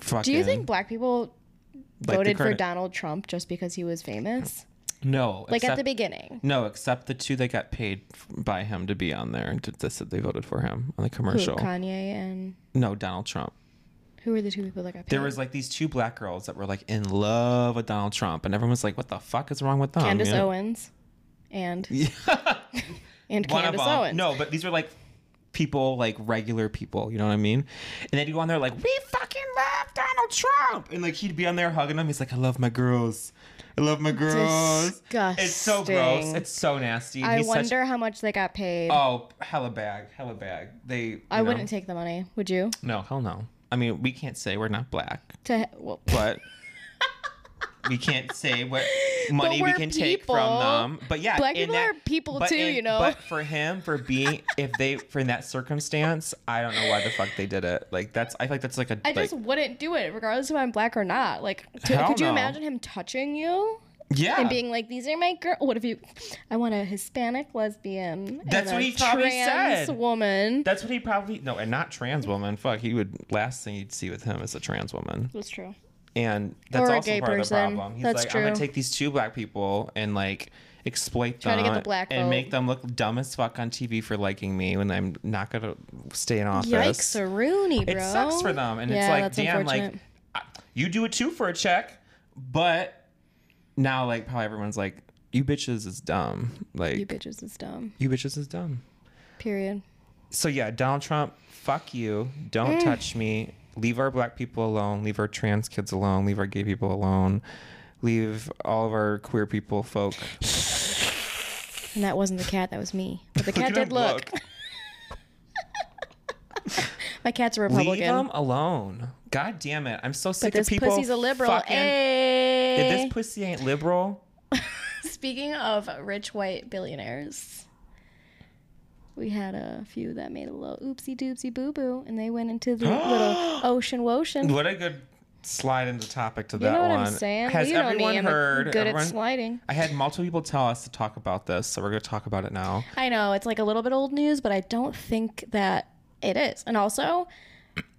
A: Fucking,
B: Do you think black people
A: like, the
B: voted for
A: current-
B: Donald Trump just because he was famous?
A: No.
B: Like
A: except,
B: at the beginning.
A: No, except the two that got paid f- by him to be on there and that said they voted for him on the
B: Who,
A: commercial.
B: Kanye and
A: no, Donald Trump.
B: who were the two people that got paid?
A: There was like these two black girls that were like in love with Donald Trump, and everyone was like, "What the fuck is wrong with them?"
B: Candace
A: you know?
B: Owens and
A: um, Yeah.
B: and
A: One of
B: Candace
A: 'em.
B: Owens.
A: No, but these are like people, like regular people. You know what I mean? And then you go on there like, we fucking love Donald Trump, and like he'd be on there hugging them. He's like, I love my girls. I love my girls. It's so gross.
B: Disgusting.
A: It's so nasty.
B: I
A: He's such-
B: wonder how much they got paid.
A: Oh, hella bag, hella bag. They. you
B: I
A: know.
B: wouldn't take the money. Would you?
A: No, hell no. I mean, we can't say we're not black,
B: To well,
A: but we can't say what money we
C: we're
A: can take
B: people.
A: from them. But yeah,
B: Black
A: in
B: people
A: that-
B: are people
A: but
B: too,
A: in-
B: you know?
A: But for him, for being, if they, for in that circumstance, I don't know why the fuck they did it. Like that's, I feel like that's like a.
B: I
A: like,
B: just wouldn't do it, regardless if I'm black or not. Like, to,
A: Hell
B: could you
A: no.
B: imagine him touching you
A: yeah.
B: and being like, "These are my girl." What if you? I want a Hispanic lesbian. and
A: That's
B: a
A: what he probably
B: trans
A: said.
B: Woman.
A: that's what he probably no, and not trans woman. Fuck, he would last thing you'd see with him is a trans woman.
B: That's true.
A: and that's
B: Or a
A: also
B: gay
A: part of
B: person.
A: the problem. He's
B: That's
A: like, I'm gonna
B: true.
A: take these two black people and like exploit
B: Try
A: them
B: to get the black
A: and
B: vote.
A: make them look dumb as fuck on TV for liking me when I'm not gonna stay in office.
B: Yikes, a Rooney, bro.
A: it sucks for them, and
B: Yeah,
A: it's like,
B: that's
A: damn, like
B: unfortunate.
A: I- you do it too for a check, but now like probably everyone's like, you bitches is dumb, like
B: you
A: you,
B: bitches is dumb.
A: bitches is dumb.
B: Period.
A: So yeah, Donald Trump, fuck you, don't
B: Mm.
A: touch me. Leave our black people alone. Leave our trans kids alone. Leave our gay people alone. Leave all of our queer people folk.
B: And that wasn't the cat. That was me. But the
A: at
B: cat
A: him
B: did look. My cat's a Republican.
A: Leave them alone. God damn it! I'm so sick
B: But this
A: of people.
B: pussy's a liberal.
A: fucking- if
B: Ayy.
A: this pussy ain't liberal,
B: Speaking of rich white billionaires, we had a few that made a little oopsie doopsie boo boo, and they went into the little ocean wotion. You
A: what a good slide into topic to that
B: know what
A: one.
B: I'm saying?
A: Has
B: you know
A: everyone
B: me. I'm
A: heard?
B: good
A: everyone-
B: at sliding.
A: I had multiple people tell us to talk about this, so we're gonna talk about it now.
B: I know it's like a little bit old news, but I don't think that it is. And also,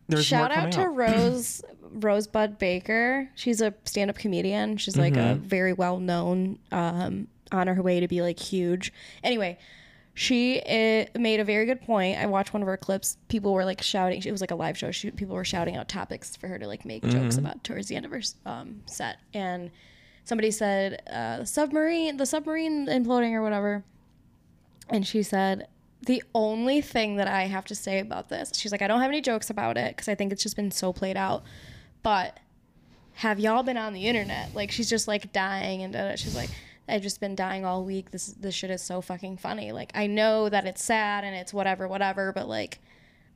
A: There's
B: Shout
A: more
B: out
A: coming
B: to Rose Rosebud Baker. She's a stand-up comedian. She's like a
A: Mm-hmm.
B: very well-known um on her way to be like huge. Anyway, she eh, made a very good point. I watched one of her clips. People were like shouting. It was like a live show. She, people were shouting out topics for her to like make jokes
A: Mm-hmm.
B: about towards the end of her um, set. And somebody said uh, submarine, the submarine imploding or whatever. And she said, The only thing that I have to say about this, she's like, I don't have any jokes about it because I think it's just been so played out. But have y'all been on the internet? Like, she's just like dying and da-da. she's like, I've just been dying all week. This this shit is so fucking funny. Like, I know that it's sad and it's whatever, whatever, but like,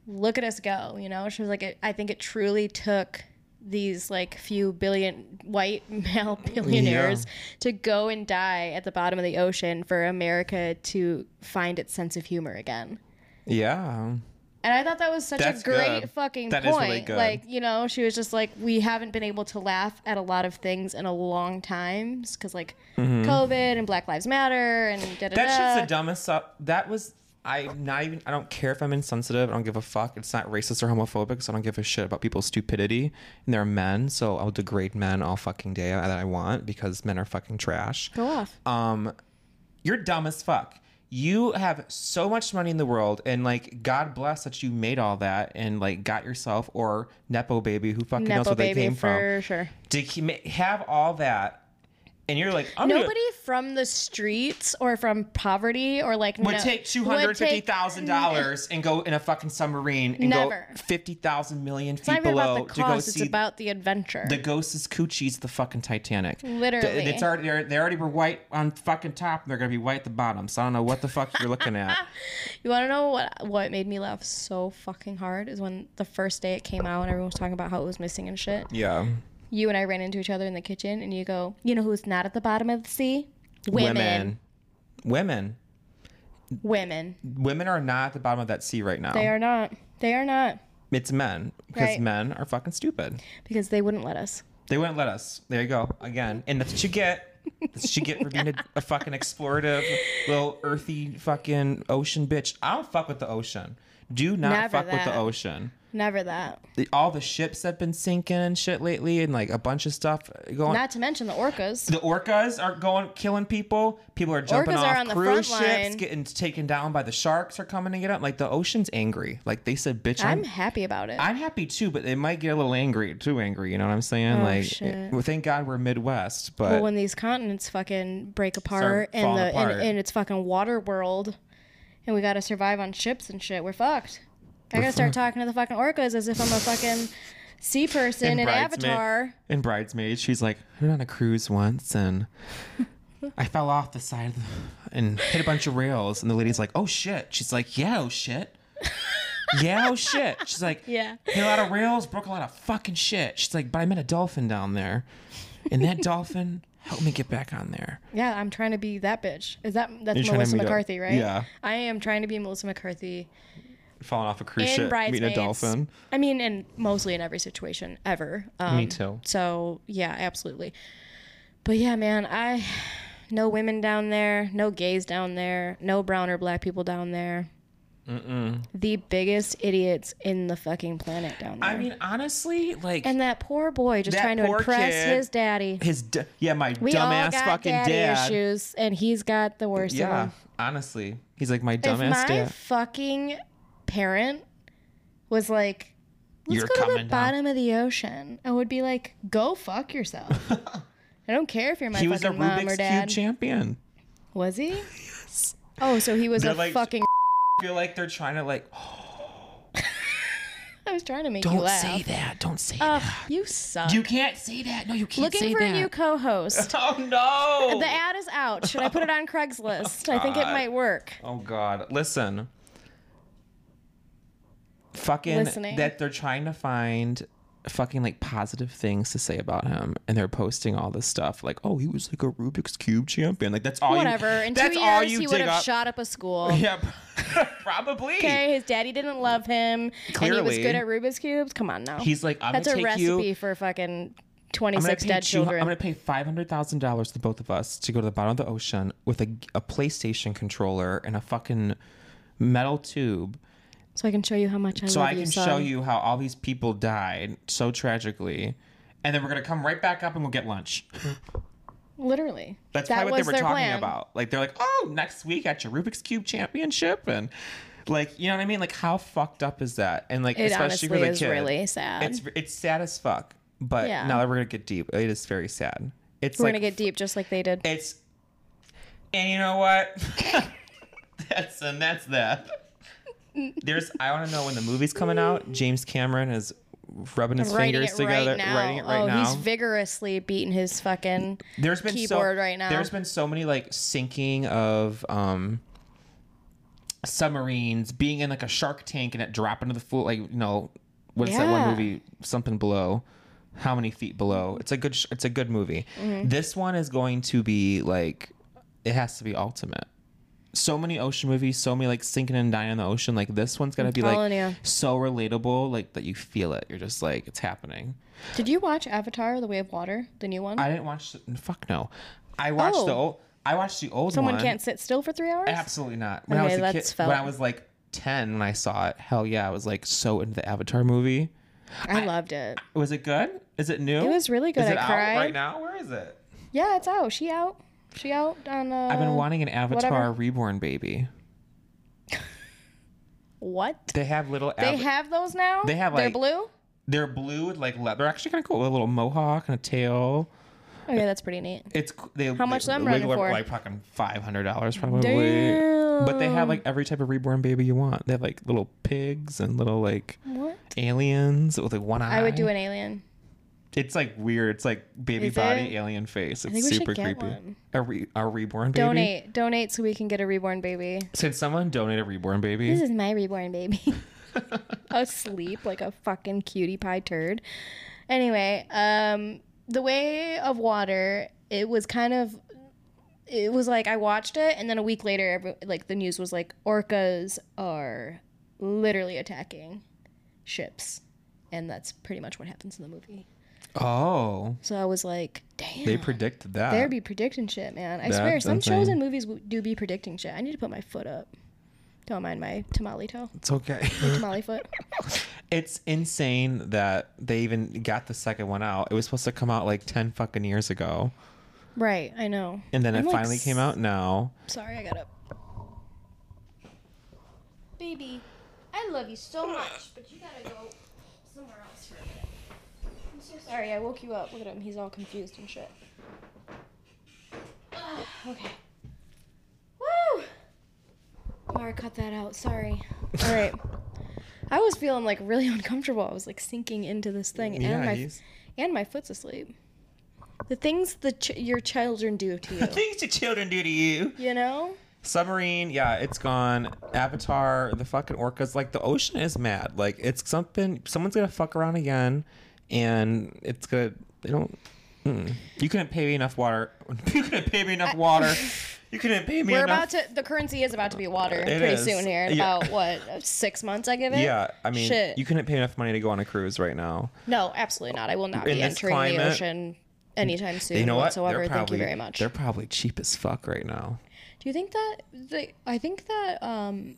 B: look at us go. You know, she was like, it, I think it truly took these like few billion white male billionaires to go and die at the bottom of the ocean for America to find its sense of humor again.
A: Yeah.
B: And I thought that was such
A: That's
B: a great
A: good.
B: fucking
A: That is
B: point.
A: really good.
B: Like, you know, she was just like, we haven't been able to laugh at a lot of things in a long time because, like,
A: Mm-hmm.
B: COVID and Black Lives Matter and da da da.
A: That's just the dumbest stuff. That was. I'm not even. I don't care if I'm insensitive. I don't give a fuck. It's not racist or homophobic. 'cause I don't give a shit about people's stupidity. And they're men, so I'll degrade men all fucking day uh, that I want because men are fucking trash.
B: Go off.
A: Um, you're dumb as fuck. You have so much money in the world, and like, God bless that you made all that and like got yourself or nepo baby who fucking knows
B: Nepo
A: where they
B: baby
A: came from
B: for sure.
A: to he- ma- have all that. And you're like, I'm gonna-
B: Nobody from the streets or from poverty or like no-
A: would take two
B: would
A: hundred fifty
B: take-
A: thousand dollars and go in a fucking submarine and
B: Never.
A: go fifty thousand million
B: It's not
A: feet
B: even
A: below
B: about the
A: to go
B: cost. It's
A: see
B: about the adventure.
A: the ghost is coochie's the fucking Titanic. Th-
B: Literally.
A: it's already they're- they already were white on fucking top and they're gonna be white at the bottom. So I don't know what the fuck you're looking at.
B: you want to know what what made me laugh so fucking hard is when the first day it came out and everyone was talking about how it was missing and shit.
A: Yeah,
B: You and I ran into each other in the kitchen, and you go, "You know who's not at the bottom of the sea?
A: women,
B: Women.
A: women,
B: Women.
A: women are not at the bottom of that sea right now.
B: They are not. They are not
A: it's men because
B: Right.
A: men are fucking stupid.
B: because they wouldn't let us.
A: They wouldn't let us. There you go again, and that's what you get. That's what you get for being a, a fucking explorative, little earthy fucking ocean bitch. I don't fuck with the ocean. Do not
B: Never
A: fuck with
B: that.
A: the ocean.
B: Never that.
A: The, all the ships that have been sinking and shit lately, and like a bunch of stuff going.
B: Not to mention the orcas.
A: the orcas are going killing people. People are jumping
B: Orcas
A: off
B: are on the
A: cruise
B: front
A: ships,
B: line.
A: getting taken down by the sharks. Are coming to get up. Like the ocean's angry. Like they said, bitch,
B: I'm
A: I'm
B: happy about it.
A: I'm happy too, but they might get a little angry, too angry. You know what I'm saying?
B: Oh,
A: like,
B: shit.
A: it- well, thank God we're Midwest, but
B: well, when these continents fucking break apart and
A: falling
B: the and,
A: apart.
B: and it's fucking water world, and we gotta survive on ships and shit, we're fucked. I gotta start talking to the fucking orcas as if I'm a fucking sea person
A: And
B: in
A: bridesmaid.
B: Avatar.
A: in Bridesmaid, she's like, I went on a cruise once and I fell off the side of the, and hit a bunch of rails. And the lady's like, oh shit. She's like, yeah, oh shit. yeah, oh shit. She's like,
B: Yeah.
A: hit a lot of rails, broke a lot of fucking shit. She's like, but I met a dolphin down there. And that dolphin helped me get back on there.
B: Yeah, I'm trying to be that bitch. Is that that's
A: You're trying to
B: Melissa
A: meet up.
B: McCarthy, right?
A: Yeah.
B: I am trying to be Melissa McCarthy
A: Falling off a cruise
B: in
A: ship,
B: bridesmaids.
A: meeting a dolphin.
B: I mean, and mostly in every situation ever. Um,
A: too.
B: So yeah, absolutely. But yeah, man, I no women down there, no gays down there, no brown or black people down there. Mm-mm. The biggest idiots in the fucking planet down there.
A: I mean, honestly, like
B: and that poor boy just
A: That
B: trying to
A: poor
B: impress
A: kid.
B: his daddy.
A: his, d- yeah, my
B: We all
A: dumbass
B: got
A: fucking
B: daddy
A: dad.
B: issues, and he's got the worst of
A: Yeah,
B: them.
A: honestly, he's like my
B: If
A: dumbass
B: my
A: dad.
B: fucking parent was like, let's
A: You're
B: go to the
A: coming down.
B: bottom of the ocean, I would be like, go fuck yourself. I don't care if you're my
A: He
B: fucking
A: was a
B: mom
A: Rubik's
B: or
A: Cube
B: dad.
A: champion.
B: was he? Oh, so he was
A: They're
B: a
A: like-
B: fucking.
A: I feel like they're trying to like
B: I was trying to make you
A: don't
B: laugh.
A: say that. Don't say
B: Ugh,
A: that.
B: you suck.
A: You can't say that. No, you can't
B: Oh. Looking
A: say
B: for a
A: that.
B: new co-host.
A: oh no.
B: The ad is out. Should I put it on Craigslist? I think it
A: God.
B: might work.
A: oh god. Listen. Fucking
B: Listening.
A: that they're trying to find fucking like positive things to say about him and they're posting all this stuff like oh he was like a Rubik's cube champion like that's all
B: Whatever.
A: you,
B: In
A: that's
B: two
A: all
B: years,
A: you
B: he would
A: dig
B: have
A: up.
B: shot up a school.
A: yeah probably
B: Okay, his daddy didn't love him, and he was
A: Clearly.
B: good at Rubik's cubes. Come on now.
A: he's like I'm
B: That's a
A: gonna take
B: recipe
A: you
B: for fucking
A: I'm gonna
B: 26
A: pay
B: dead
A: two-
B: children.
A: I'm gonna pay five hundred thousand dollars to both of us to go to the bottom of the ocean with a, a PlayStation controller and a fucking metal tube,
B: so I can show you how much I
A: so
B: love
A: I
B: you,
A: can
B: son.
A: show you how all these people died so tragically, and then we're gonna come right back up and we'll get lunch.
B: Literally.
A: That's
B: that
A: probably what
B: was
A: they were
B: their
A: talking
B: plan.
A: about. Like they're like, oh, next week at your Rubik's Cube Championship, and like you know what I mean. Like how fucked up is that? And like
B: It
A: especially
B: honestly
A: for the
B: is
A: kid,
B: really sad.
A: it's it's sad as fuck. But
B: Yeah.
A: now that we're gonna get deep, it is very sad. It's
B: We're
A: like
B: gonna get deep just like they did.
A: It's and you know what? that's and that's that. There's I want to know when the movie's coming out. James Cameron is rubbing his
B: Writing
A: fingers
B: it
A: together,
B: right now.
A: writing it right
B: oh,
A: now.
B: he's vigorously beating his fucking.
A: there's been
B: keyboard
A: so,
B: right now.
A: There's been so many like sinking of um submarines being in like a shark tank and it dropping to the floor like you know what's that
B: Yeah.
A: one movie something below how many feet below it's a good sh- it's a good movie
B: Mm-hmm.
A: this one is going to be like it has to be ultimate so many ocean movies so many like sinking and dying in the ocean like this one's gonna be like
B: telling you.
A: so relatable like that you feel it you're just like it's happening
B: Did you watch Avatar: The Way of Water, the new one?
A: I didn't watch. The, fuck no. I watched the
B: Oh.
A: old. I watched the old
B: Someone
A: one.
B: can't sit still for three hours.
A: Absolutely not. When
B: Okay,
A: I was a
B: that's
A: kid, when I
B: felt.
A: was like ten, when I saw it, hell yeah, I was like so into the Avatar movie.
B: I loved it.
A: Was it good? Is it new?
B: It was really good.
A: Is
B: I
A: it out
B: cried. Um,
A: right now? Where is it?
B: Yeah, it's out. She out. She out on. Uh,
A: I've been wanting an Avatar
B: whatever.
A: reborn baby.
B: What?
A: They have little.
B: They
A: Ava-
B: have those now.
A: They have,
B: They're
A: like-
B: blue.
A: they're blue with like leather. They're actually kind of cool. With a little mohawk and a tail.
B: Okay, that's pretty neat.
A: It's c- they. How
B: much
A: they,
B: them
A: they
B: running
A: were,
B: for?
A: Like fucking five hundred dollars probably.
B: Damn.
A: But they have like every type of reborn baby you want. They have like little pigs and little like
B: What?
A: aliens with like one eye.
B: I would do an alien.
A: It's like weird. It's like baby
B: Is
A: body,
B: it?
A: alien face. It's
B: think we should
A: super
B: get
A: creepy.
B: one.
A: A, re- a reborn baby.
B: Donate, donate, so we can get a reborn baby.
A: Can someone donate a reborn
B: This
A: baby?
B: is my reborn baby. Asleep like a fucking cutie pie turd. Anyway, um, the way of water. It was kind of. It was like I watched it, and then a week later, every, like the news was like orcas are literally attacking ships, and that's pretty much what happens in the movie.
A: Oh,
B: So I was like, damn.
A: they predicted that.
B: They'd be predicting shit, man. I
A: That's
B: swear, some shows
A: insane.
B: and movies w- do be predicting shit. I need to put my foot up. Don't mind my tamale toe,
A: It's okay.
B: my tamale foot.
A: It's insane that they even got the second one out. It was supposed to come out like 10 fucking years ago.
B: Right, I know.
A: And then
B: I'm,
A: it
B: like,
A: finally came out now.
B: Sorry, I got up.
C: Baby, I love you so much, but you gotta go somewhere else for a minute. I'm so sorry.
B: Sorry, I woke you up. Look at him. He's all confused and shit.
C: Ugh, okay.
B: Woo! Mara cut that out. Sorry. All right. I was feeling like really uncomfortable. I was like sinking into this thing, and
A: Yeah,
B: my
A: he's-
B: and my foot's asleep. The things that ch- your children do to you,
A: Things the children do to you.
B: you know?
A: Submarine, yeah, it's gone. Avatar, the fucking orcas, like the ocean is mad. Like it's something someone's gonna fuck around again, and it's gonna. They don't. Mm. You couldn't pay me enough water. You couldn't pay me enough water. You couldn't pay me
B: We're
A: enough.
B: about to. The currency is about to be water
A: It
B: pretty
A: is.
B: soon here. In
A: Yeah.
B: about what six months? I give it.
A: yeah, I mean,
B: Shit.
A: you couldn't pay enough money to go on a cruise right now.
B: No, absolutely not. I will not
A: In
B: be
A: this
B: entering the
A: climate-
B: ocean anytime soon
A: you know what?
B: whatsoever.
A: They're
B: Thank you
A: probably-
B: very much.
A: They're probably cheap as fuck right now.
B: Do you think that they, I think that um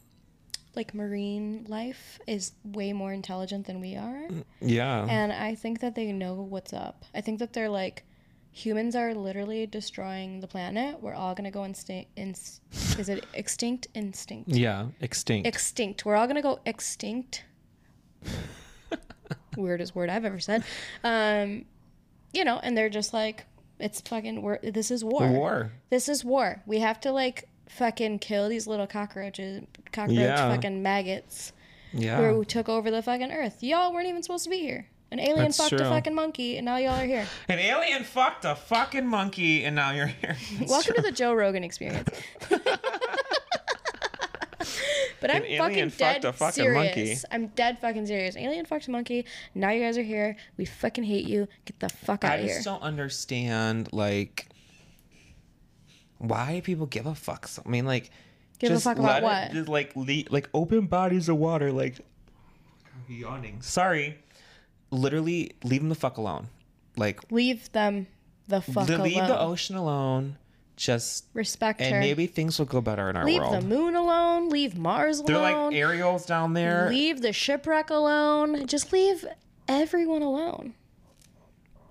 B: like marine life is way more intelligent than we are
A: Mm-hmm. Yeah.
B: and I think that they know what's up. I think that they're like humans are literally destroying the planet. We're all going to go instinct ins- is it extinct instinct?
A: yeah. Extinct.
B: Extinct. We're all going to go extinct. Weirdest word I've ever said. Um you know, and they're just like it's fucking we're, this is war
A: War.
B: this is war. We have to like fucking kill these little cockroaches, cockroach
A: Yeah.
B: fucking maggots
A: Yeah.
B: who took over the fucking earth. Y'all weren't even supposed to be here. An alien
A: That's
B: fucked
A: true.
B: a fucking monkey, and now y'all are here.
A: An alien fucked a fucking monkey, and now you're here. It's
B: Welcome to the Joe Rogan experience. but I'm fucking
A: An alien fucked
B: dead
A: a fucking
B: serious.
A: monkey.
B: I'm dead fucking serious. Alien fucked a monkey. Now you guys are here. We fucking hate you. Get the fuck out
A: I
B: of here.
A: just don't understand like why people give a fuck. So, I mean, like
B: Give a
A: just
B: fuck about
A: let it-
B: what?
A: just like le- like open bodies of water. Like yawning. Sorry. Literally, leave them the fuck alone. Like
B: Leave them the fuck
A: le- leave
B: alone.
A: the ocean alone. Just
B: Respect
A: and
B: her.
A: maybe things will go better in our
B: Leave
A: world.
B: the moon alone. Leave Mars alone.
A: They're like aerials down there. Leave,
B: leave the shipwreck alone. Just leave everyone alone.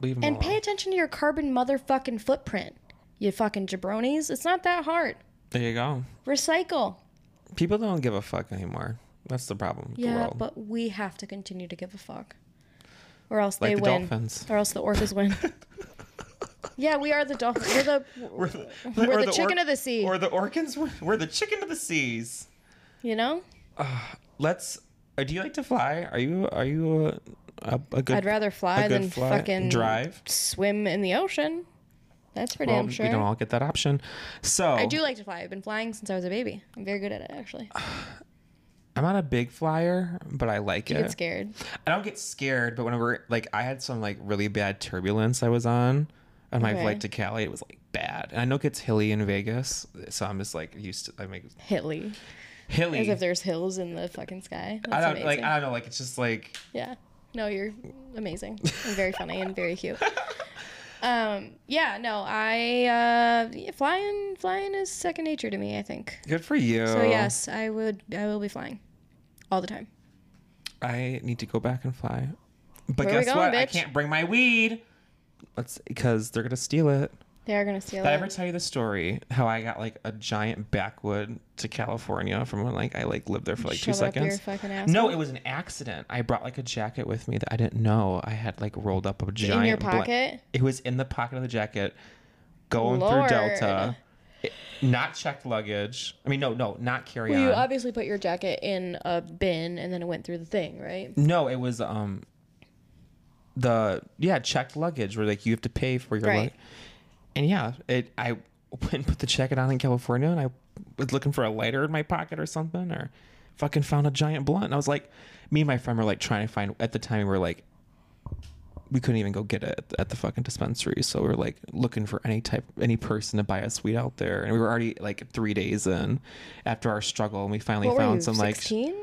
A: them
B: And
A: alone.
B: pay attention to your carbon motherfucking footprint. You fucking jabronis. It's not that hard.
A: there you go.
B: Recycle.
A: People don't give a fuck anymore. That's the problem. with the
B: Yeah,
A: world.
B: but we have to continue to give a fuck. Or else
A: Like
B: they
A: the
B: win.
A: dolphins.
B: Or else the orcas win. yeah, we are the dolphins. We're the
A: We're the,
B: We're
A: or
B: the chicken
A: orc-
B: of the sea.
A: Or the orcans. We're the chicken of the seas.
B: you know?
A: Let's. Uh, do you like to fly? Are you are you a, a, a good?
B: I'd rather fly
A: a good
B: than
A: fly-
B: fucking
A: drive.
B: swim in the ocean. That's for
A: Well,
B: damn sure.
A: we don't all get that option. So
B: I do like to fly. I've been flying since I was a baby. I'm very good at it actually.
A: I'm not a big flyer, but I like
B: I get
A: it.
B: scared.
A: I don't get scared, but whenever like I had some like really bad turbulence I was on on my
B: Okay.
A: flight to Cali, it was like bad. And I know it gets hilly in Vegas, so I'm just like used to. I make
B: Hilly.
A: hilly.
B: As if there's hills in the fucking sky. That's
A: I don't
B: amazing.
A: like. I don't know. Like it's just like
B: yeah. No, you're amazing and very funny and very cute. Um, yeah, no, I uh, yeah, flying flying is second nature to me. I think.
A: good for you.
B: So yes, I would I will be flying all the time.
A: I need to go back and fly. But
B: Where we
A: guess
B: going,
A: what? I
B: bitch?
A: can't bring my weed. Let's because they're gonna steal it.
B: They are gonna steal
A: Did I
B: it.
A: ever tell you the story how I got like a giant backwood to California from when like I like lived there for like two
B: Shove it up your
A: seconds?
B: fucking ass.
A: No, it was an accident. I brought like a jacket with me that I didn't know I had like rolled up a giant
B: in your
A: blan-
B: pocket.
A: It was in the pocket of the jacket, going
B: Lord.
A: through Delta, It- not checked luggage. I mean, no, no, not carry
B: You
A: on.
B: obviously put your jacket in a bin and then it went through the thing, right?
A: No, it was um the yeah, checked luggage where like you have to pay for your
B: Right.
A: luggage. And yeah, it I went and put the jacket on in California and I was looking for a lighter in my pocket or something or fucking found a giant blunt. And I was like me and my friend were like trying to find at the time we were like we couldn't even go get it at the, at the fucking dispensary. So we were like looking for any type, any person to buy us weed out there. And we were already like three days in after our struggle. And we finally
B: What were
A: found
B: you?
A: some like
B: Sixteen.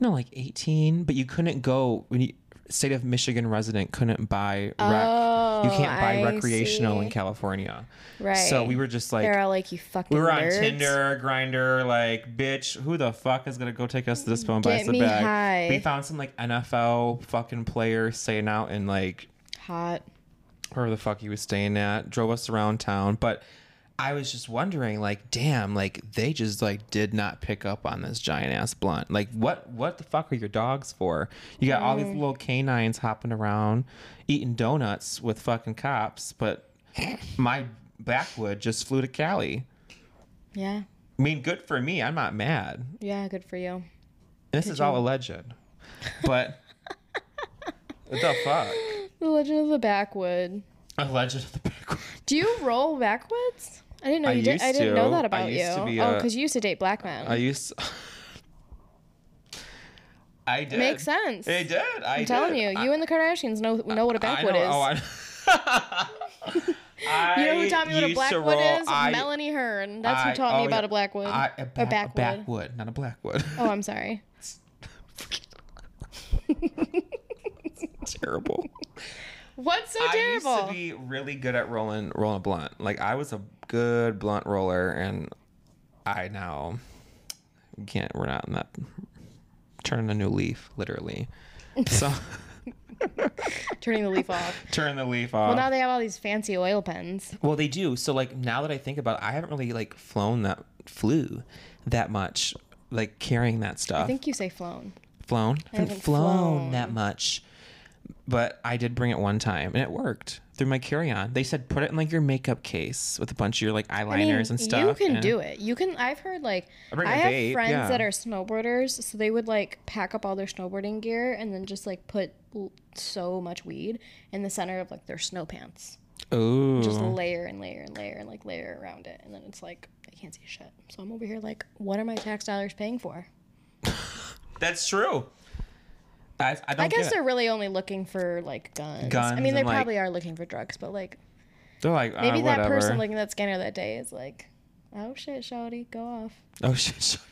A: no, like 18, but you couldn't go when you state of Michigan resident couldn't buy rec. you
B: Oh,
A: can't buy
B: I
A: recreational in
B: see.
A: California.
B: Right.
A: So we were just like
B: They're all like, you fucking
A: we were on
B: nerds.
A: Tinder, Grinder, like, bitch, who the fuck is gonna go take us to this phone buy
B: Get
A: us a
B: me
A: bag?
B: high.
A: We found some like NFL fucking player staying out in like
B: Hot.
A: wherever the fuck he was staying at, drove us around town. But I was just wondering, like, damn, like they just like did not pick up on this giant ass blunt. Like, what what the fuck are your dogs for? You got all these little canines hopping around, eating donuts with fucking cops, but my backwood just flew to Cali.
B: Yeah.
A: I mean, good for me. I'm not mad.
B: Yeah. Good for you.
A: This is all alleged, but what the fuck?
B: The Legend of the Backwood.
A: Alleged of the backwood.
B: Do you roll backwards? I didn't know
A: I
B: you did.
A: used
B: I didn't know
A: to.
B: that
A: I
B: about you.
A: used to be
B: oh,
A: a-
B: because you used to date black men.
A: I used. I did.
B: Makes sense.
A: It did. I
B: I'm telling you, you and the Kardashians know know what a backwood
A: know, Oh,
B: is.
A: I,
B: you know who taught me what a
A: used to
B: blackwood
A: roll-
B: is?
A: I-
B: Melanie Hearn. That's
A: I-
B: who taught
A: oh,
B: me about
A: yeah.
B: a blackwood.
A: I, a, black,
B: or
A: a
B: backwood.
A: backwood, not a blackwood.
B: Oh, I'm sorry.
A: terrible.
B: What's so
A: I used
B: terrible?
A: to be really good at rolling rolling a blunt. Like I was a good blunt roller, and I now we can't. We're not in that turning a new leaf, literally. So
B: Turning the leaf off.
A: turn the leaf off.
B: Well, now they have all these fancy oil pens.
A: Well, they do. So like now that I think about it, I haven't really like flown that flew that much, like carrying that stuff.
B: I think you say flown.
A: flown. I haven't
B: haven't
A: flown,
B: flown.
A: that much. But I did bring it one time and it worked through my carry on. They said put it in like your makeup case with a bunch of your like eyeliners
B: I mean,
A: and stuff.
B: you can
A: and-
B: do it. You can. I've heard like
A: I
B: I,
A: bring a
B: have
A: vape,
B: friends
A: yeah.
B: that are snowboarders, so they would like pack up all their snowboarding gear and then just like put l- so much weed in the center of like their snow pants,
A: Ooh.
B: just layer and layer and layer and like layer around it, and then it's like I can't see shit. So I'm over here like, what are my tax dollars paying for?
A: That's true. I, I don't
B: I guess
A: get
B: they're
A: it.
B: really only looking for like guns. I
A: Guns
B: mean, they
A: and, like-
B: probably are looking for drugs, but like
A: They're like uh,
B: maybe that
A: whatever.
B: person looking at that scanner that day is like, oh shit, shawty, go off.
A: oh shit. sorry.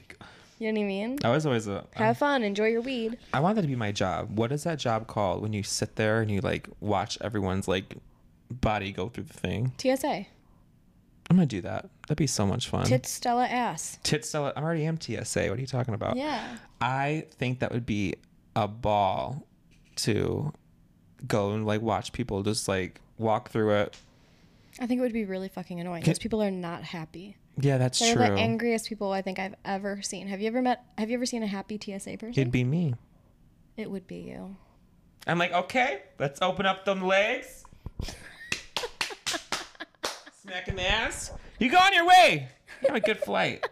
B: You know what I mean?
A: I was always a. I
B: Have fun, enjoy your weed.
A: I want that to be my job. What is that job called when you sit there and you like watch everyone's like body go through the thing?
B: TSA.
A: I'm gonna do that. That'd be so much fun.
B: Tits Stella ass.
A: Tit Stella. I'm already am TSA. What are you talking about?
B: Yeah.
A: I think that would be a ball to go and like watch people just like walk through it.
B: I think it would be really fucking annoying because people are not happy.
A: Yeah, that's
B: They're
A: true.
B: the angriest people I think I've ever seen. Have you ever met have you ever seen a happy TSA person?
A: It'd be me.
B: it would be you.
A: I'm like, okay, let's open up them legs. Smack an ass. You go on your way. You have a good flight.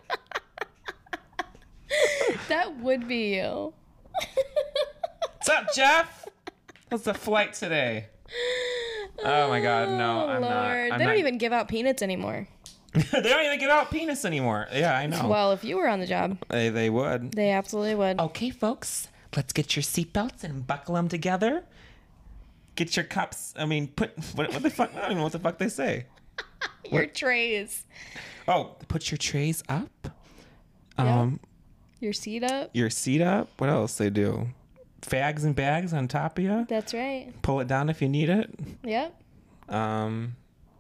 B: That would be you.
A: What's up, Jeff? How's the flight today? Oh my god, no, I'm not.
B: Lord.
A: I'm
B: they
A: not-
B: don't even give out peanuts anymore.
A: they don't even get out penis anymore. Yeah, I know.
B: Well, if you were on the job,
A: they, they would.
B: they absolutely would.
A: Okay, folks, let's get your seatbelts and buckle them together. Get your cups. I mean, put what, what the fuck? I don't even know what the fuck they say.
B: your trays.
A: Oh, put your trays up. Um,
B: Your seat up.
A: your seat up. What else they do? Fags and bags on top of you.
B: That's right.
A: Pull it down if you need it.
B: Yep.
A: Um,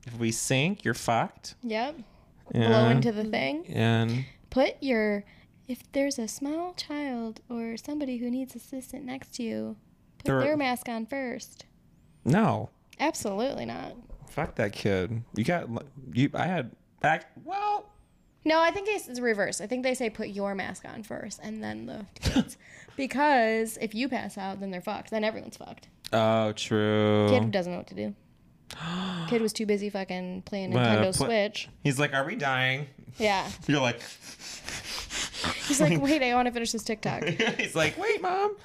A: if we sink, you're fucked.
B: Yep.
A: Yeah.
B: Blow into the thing.
A: and
B: Put your if there's a small child or somebody who needs assistance next to you, put
A: They're-
B: their mask on first.
A: no,
B: Absolutely not.
A: fuck that kid. You got you. I had back. Well,
B: No, I think it's it's reverse. I think they say put your mask on first and then the kids. because if you pass out, then they're fucked. Then everyone's fucked.
A: oh, true.
B: Kid doesn't know what to do. Kid was too busy fucking playing
A: Well,
B: Nintendo
A: pla-
B: Switch.
A: He's like, "Are we dying?"
B: Yeah.
A: You're like,
B: He's like, wait, I want to finish this TikTok.
A: he's like, "Wait, mom."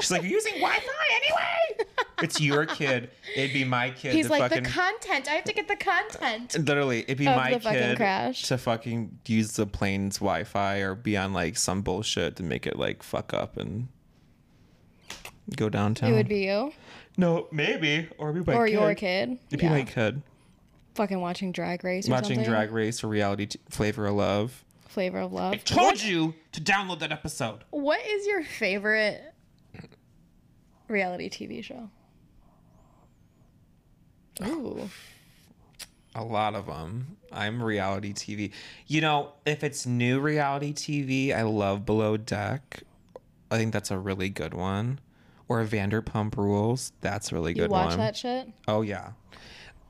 A: She's like, "You're using Wi-Fi anyway." It's your kid. It'd be my kid.
B: He's
A: to
B: like,
A: fucking,
B: the content. I have to get the content.
A: literally, it'd be
B: of
A: my
B: the fucking
A: kid
B: crash.
A: to fucking use the plane's Wi-Fi or be on like some bullshit to make it like fuck up and go downtown.
B: It would be you
A: no, maybe or it'd be my
B: or
A: kid.
B: your kid.
A: It'd
B: Yeah.
A: be my kid.
B: fucking watching Drag Race or
A: watching
B: something.
A: Drag Race or reality t- Flavor of Love.
B: Flavor of Love.
A: Told you to download that episode.
B: What is your favorite reality TV show. Ooh.
A: A lot of them. I'm reality TV. You know, if it's new reality TV, I love Below Deck. I think that's a really good one. Or Vanderpump Rules. That's a really
B: You
A: good
B: watch
A: one.
B: that shit?
A: Oh yeah.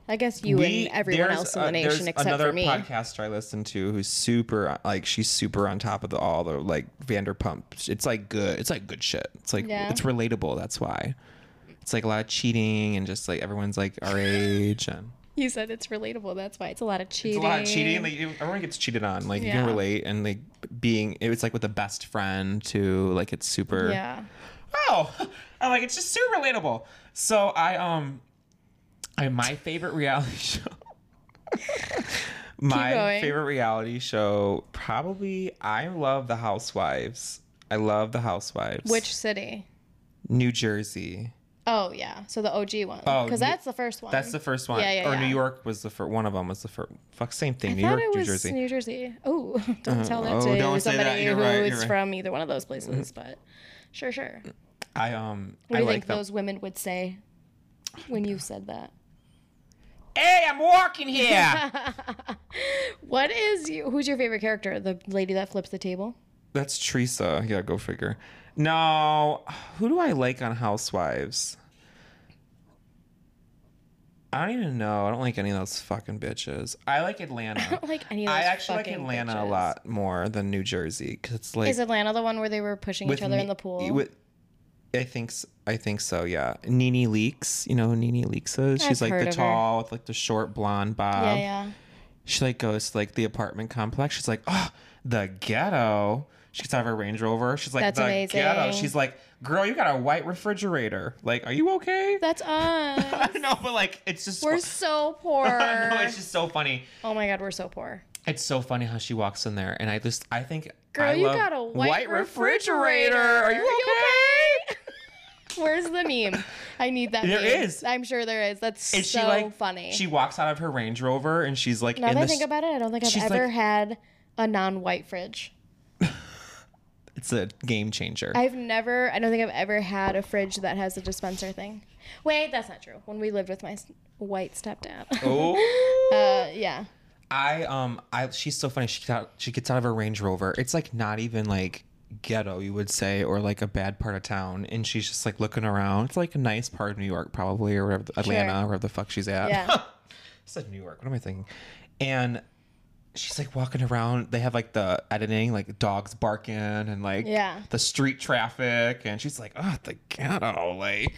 B: I guess you
A: We-
B: and everyone
A: there's
B: else in
A: a-
B: the
A: there's
B: nation except
A: another
B: for me.
A: podcaster I listen to who's super like she's super on top of the, all the like Vanderpump. It's like good. It's like good shit. It's like
B: Yeah.
A: it's relatable. That's why. It's like a lot of cheating and just like everyone's like our age and
B: You said it's relatable. That's why it's a lot of cheating.
A: it's a lot of cheating. Like you- everyone gets cheated on. Like you can
B: Yeah.
A: relate and like being it was like with a best friend too. Like it's super.
B: yeah.
A: oh i'm like it's just super relatable so i um i my favorite reality show my
B: going.
A: favorite reality show probably i love the housewives i love the housewives
B: Which city?
A: new jersey
B: Oh yeah. So the OG one.
A: Oh,
B: Because
A: New-
B: that's the first one.
A: that's the first one
B: Yeah, yeah,
A: or
B: yeah.
A: new york was the first one of them was the first fuck same thing
B: I
A: new
B: thought
A: york
B: it
A: new
B: was
A: jersey
B: New Jersey. Oh, don't tell that
A: oh,
B: to
A: don't say that.
B: somebody
A: You're
B: who's
A: right, you're right. Mm-hmm.
B: from either one of those places. But sure, sure.
A: i um
B: What
A: i
B: do you
A: like
B: think
A: them.
B: those women would say when you said that?
A: hey i'm walking here
B: What is you? Who's your favorite character? The lady that flips the table.
A: that's teresa yeah go figure no who do i like on housewives I don't even know. I don't like any of those fucking bitches. I like
B: I
A: Atlanta.
B: don't like any of those.
A: I actually like
B: fucking
A: Atlanta a
B: bitches.
A: lot more than New Jersey because it's like
B: Is Atlanta the one where they were pushing each other
A: Ne-
B: in the pool?
A: With, I think s- I think so. Yeah, Nene Leaks. You know who Nene Leaks is? She's
B: I've
A: like
B: heard
A: the
B: of her.
A: tall with like the short blonde bob.
B: yeah, yeah.
A: She like goes to like the apartment complex. She's like, oh, the ghetto. She gets out of her Range Rover. She's like,
B: That's
A: the
B: amazing.
A: ghetto. She's like, girl, you got a white refrigerator. Like, are you okay?
B: That's us.
A: I know, but like, it's just.
B: we're so poor.
A: no, it's just so funny.
B: oh my god, we're so poor.
A: It's so funny how she walks in there, and I just, I think.
B: Girl,
A: I
B: you
A: love-
B: got a white
A: refrigerator. Are
B: refrigerator.
A: you
B: You
A: okay?
B: Where's the meme? I need that.
A: There
B: meme.
A: is.
B: I'm sure there is. That's
A: And
B: so
A: she like
B: funny.
A: She walks out of her Range Rover, and she's like,
B: now
A: in
B: that I
A: the
B: think
A: s-
B: about it, I don't think I've
A: she's
B: ever
A: like-
B: had a non-white fridge.
A: it's a game changer.
B: I've never. I don't think I've ever had a fridge that has a dispenser thing. Wait, that's not true. When we lived with my s- white stepdad.
A: oh.
B: Uh, yeah.
A: I um I she's so funny. She gets out she gets out of her Range Rover. It's like not even like ghetto, you would say, or like a bad part of town. And she's just like looking around. It's like a nice part of New York, probably, or wherever Atlanta, or wherever the fuck she's at.
B: Yeah.
A: it's like New York. What am I thinking? And she's like walking around. They have like the editing, like dogs barking and like
B: Yeah.
A: the street traffic. And she's like, oh, the ghetto, like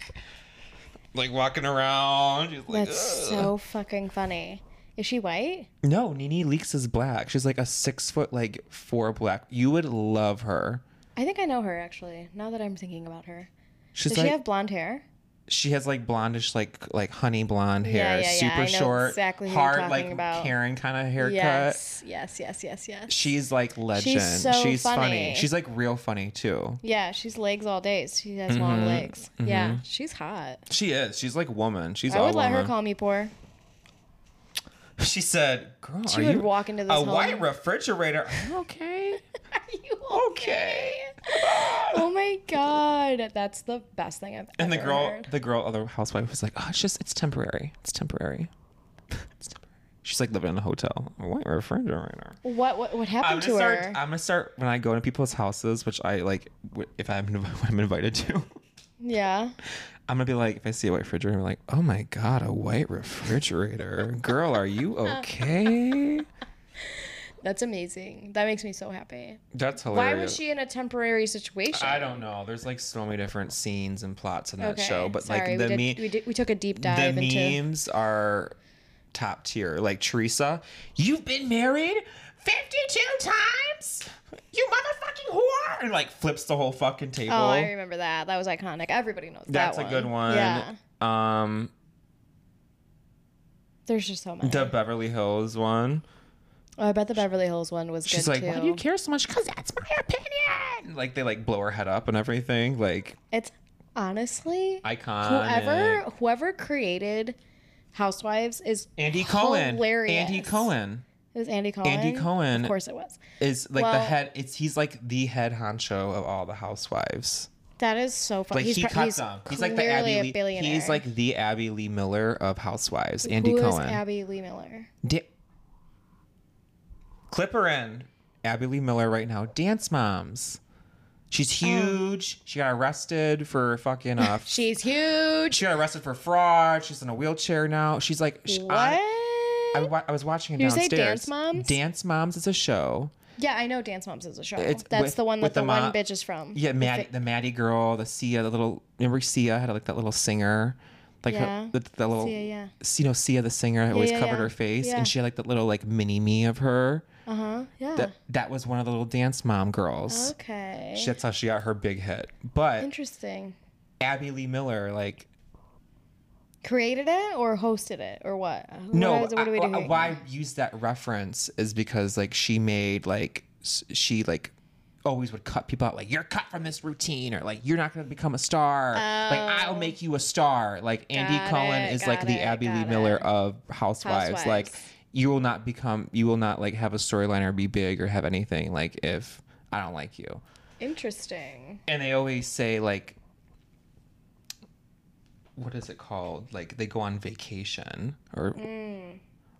A: like walking around. She's like,
B: That's
A: "Ugh."
B: so fucking funny. Is she white?
A: No, Nene Leakes is black. She's like a six foot, like four black. You would love her.
B: I think I know her actually. Now that I'm thinking about her,
A: She's
B: does
A: like
B: she have blonde hair?
A: she has like blondish, like like honey blonde
B: yeah,
A: hair,
B: yeah.
A: super
B: I know
A: short,
B: exactly who you're
A: hard,
B: talking
A: like
B: about.
A: Karen kind of haircut.
B: Yes, yes, yes, yes, yes.
A: She's like legend.
B: so
A: funny.
B: funny.
A: She's like real funny too.
B: Yeah, she's legs all day. She has
A: Mm-hmm.
B: long legs. Yeah, she's hot.
A: She is. She's like woman. She's
B: I
A: all
B: would let
A: woman.
B: her call me poor.
A: She said, "Girl,
B: She
A: are
B: would
A: you
B: walk into this
A: a
B: home.
A: white refrigerator? Are you okay?
B: Are you
A: Okay."
B: oh my god, that's the best thing I've
A: And the
B: ever
A: girl,
B: heard.
A: the girl, other housewife was like, "Oh, it's just it's temporary. It's temporary. It's temporary." She's like living in a hotel, a white refrigerator.
B: What what what
A: I'm
B: happened
A: gonna
B: to
A: start.
B: her?
A: I'm gonna start when I go to people's houses, which I like. w- If I'm when I'm invited to,
B: yeah.
A: I'm gonna be like, if I see a white refrigerator, I'm like, "Oh my god, a white refrigerator, girl, are you okay?"
B: That's amazing. That makes me so happy.
A: That's
B: Why
A: hilarious.
B: was she in a temporary situation?
A: I don't know. There's like so many different scenes and plots in that
B: Okay,
A: show, but
B: sorry,
A: like the
B: we,
A: me.
B: did, we did we took a deep
A: the
B: dive into
A: memes are top tier. Like Teresa, you've been married 52 times? You motherfucking whore! And like flips the whole fucking table.
B: Oh, I remember that. That was iconic. Everybody knows
A: That's
B: that
A: a good one.
B: Yeah.
A: Um
B: There's just so many.
A: the Beverly Hills one.
B: oh, I bet the Beverly Hills one was
A: She's
B: good
A: like,
B: too.
A: why do you care so much? Cause that's my opinion. Like they like blow her head up and everything. Like
B: It's honestly
A: icon.
B: whoever whoever created Housewives is
A: Andy Cohen.
B: Hilarious.
A: Andy Cohen
B: it was Andy Cohen.
A: Andy Cohen.
B: Of course it was.
A: is like the
B: Well-
A: head it's he's like the head honcho of all the housewives.
B: That is so funny.
A: Like he cut them. He's like the Abby Lee. He's like the Abby Lee Miller of Housewives. Andy
B: Who is
A: Cohen.
B: Abby Lee Miller?
A: Da- Clip her in. Abby Lee Miller right now. Dance moms. She's
B: Oh.
A: huge. She got arrested for fucking uh
B: She's huge.
A: she got arrested for fraud. She's in a wheelchair now. She's like she,
B: What?
A: I, I, wa- I was watching it
B: You say
A: downstairs.
B: Dance Moms?
A: Dance Moms is a show.
B: yeah, I know Dance Moms is a show.
A: It's
B: That's
A: with-
B: the one
A: with
B: that the,
A: the
B: one
A: mo-
B: bitch is from.
A: Yeah, Mad, the Maddie girl, the Sia, the little remember Sia had like that little singer, like
B: Yeah.
A: her, the, the little
B: Sia, yeah.
A: s- you know Sia the singer always
B: yeah,
A: covered
B: yeah.
A: her face,
B: Yeah.
A: and she had like that little like mini me of her.
B: Uh huh. Yeah.
A: That that was one of the little dance mom girls.
B: okay.
A: She- That's how she got her big hit. But
B: Interesting.
A: Abby Lee Miller, like
B: Created it or hosted it or what? What
A: no,
B: is- what are we
A: I-
B: doing?
A: why I use that reference is because like she made like s- she like always would cut people out like you're cut from this routine or like you're not going to become a star like I'll make you a star like Andy
B: Got
A: Cohen
B: it,
A: is like
B: got
A: the
B: it,
A: Abby Lee
B: got
A: Miller
B: it.
A: of Housewives. like
B: Housewives.
A: you will not become you will not like have a storyline or be big or have anything like if I don't like you
B: Interesting.
A: and they always say like what is it called like they go on vacation or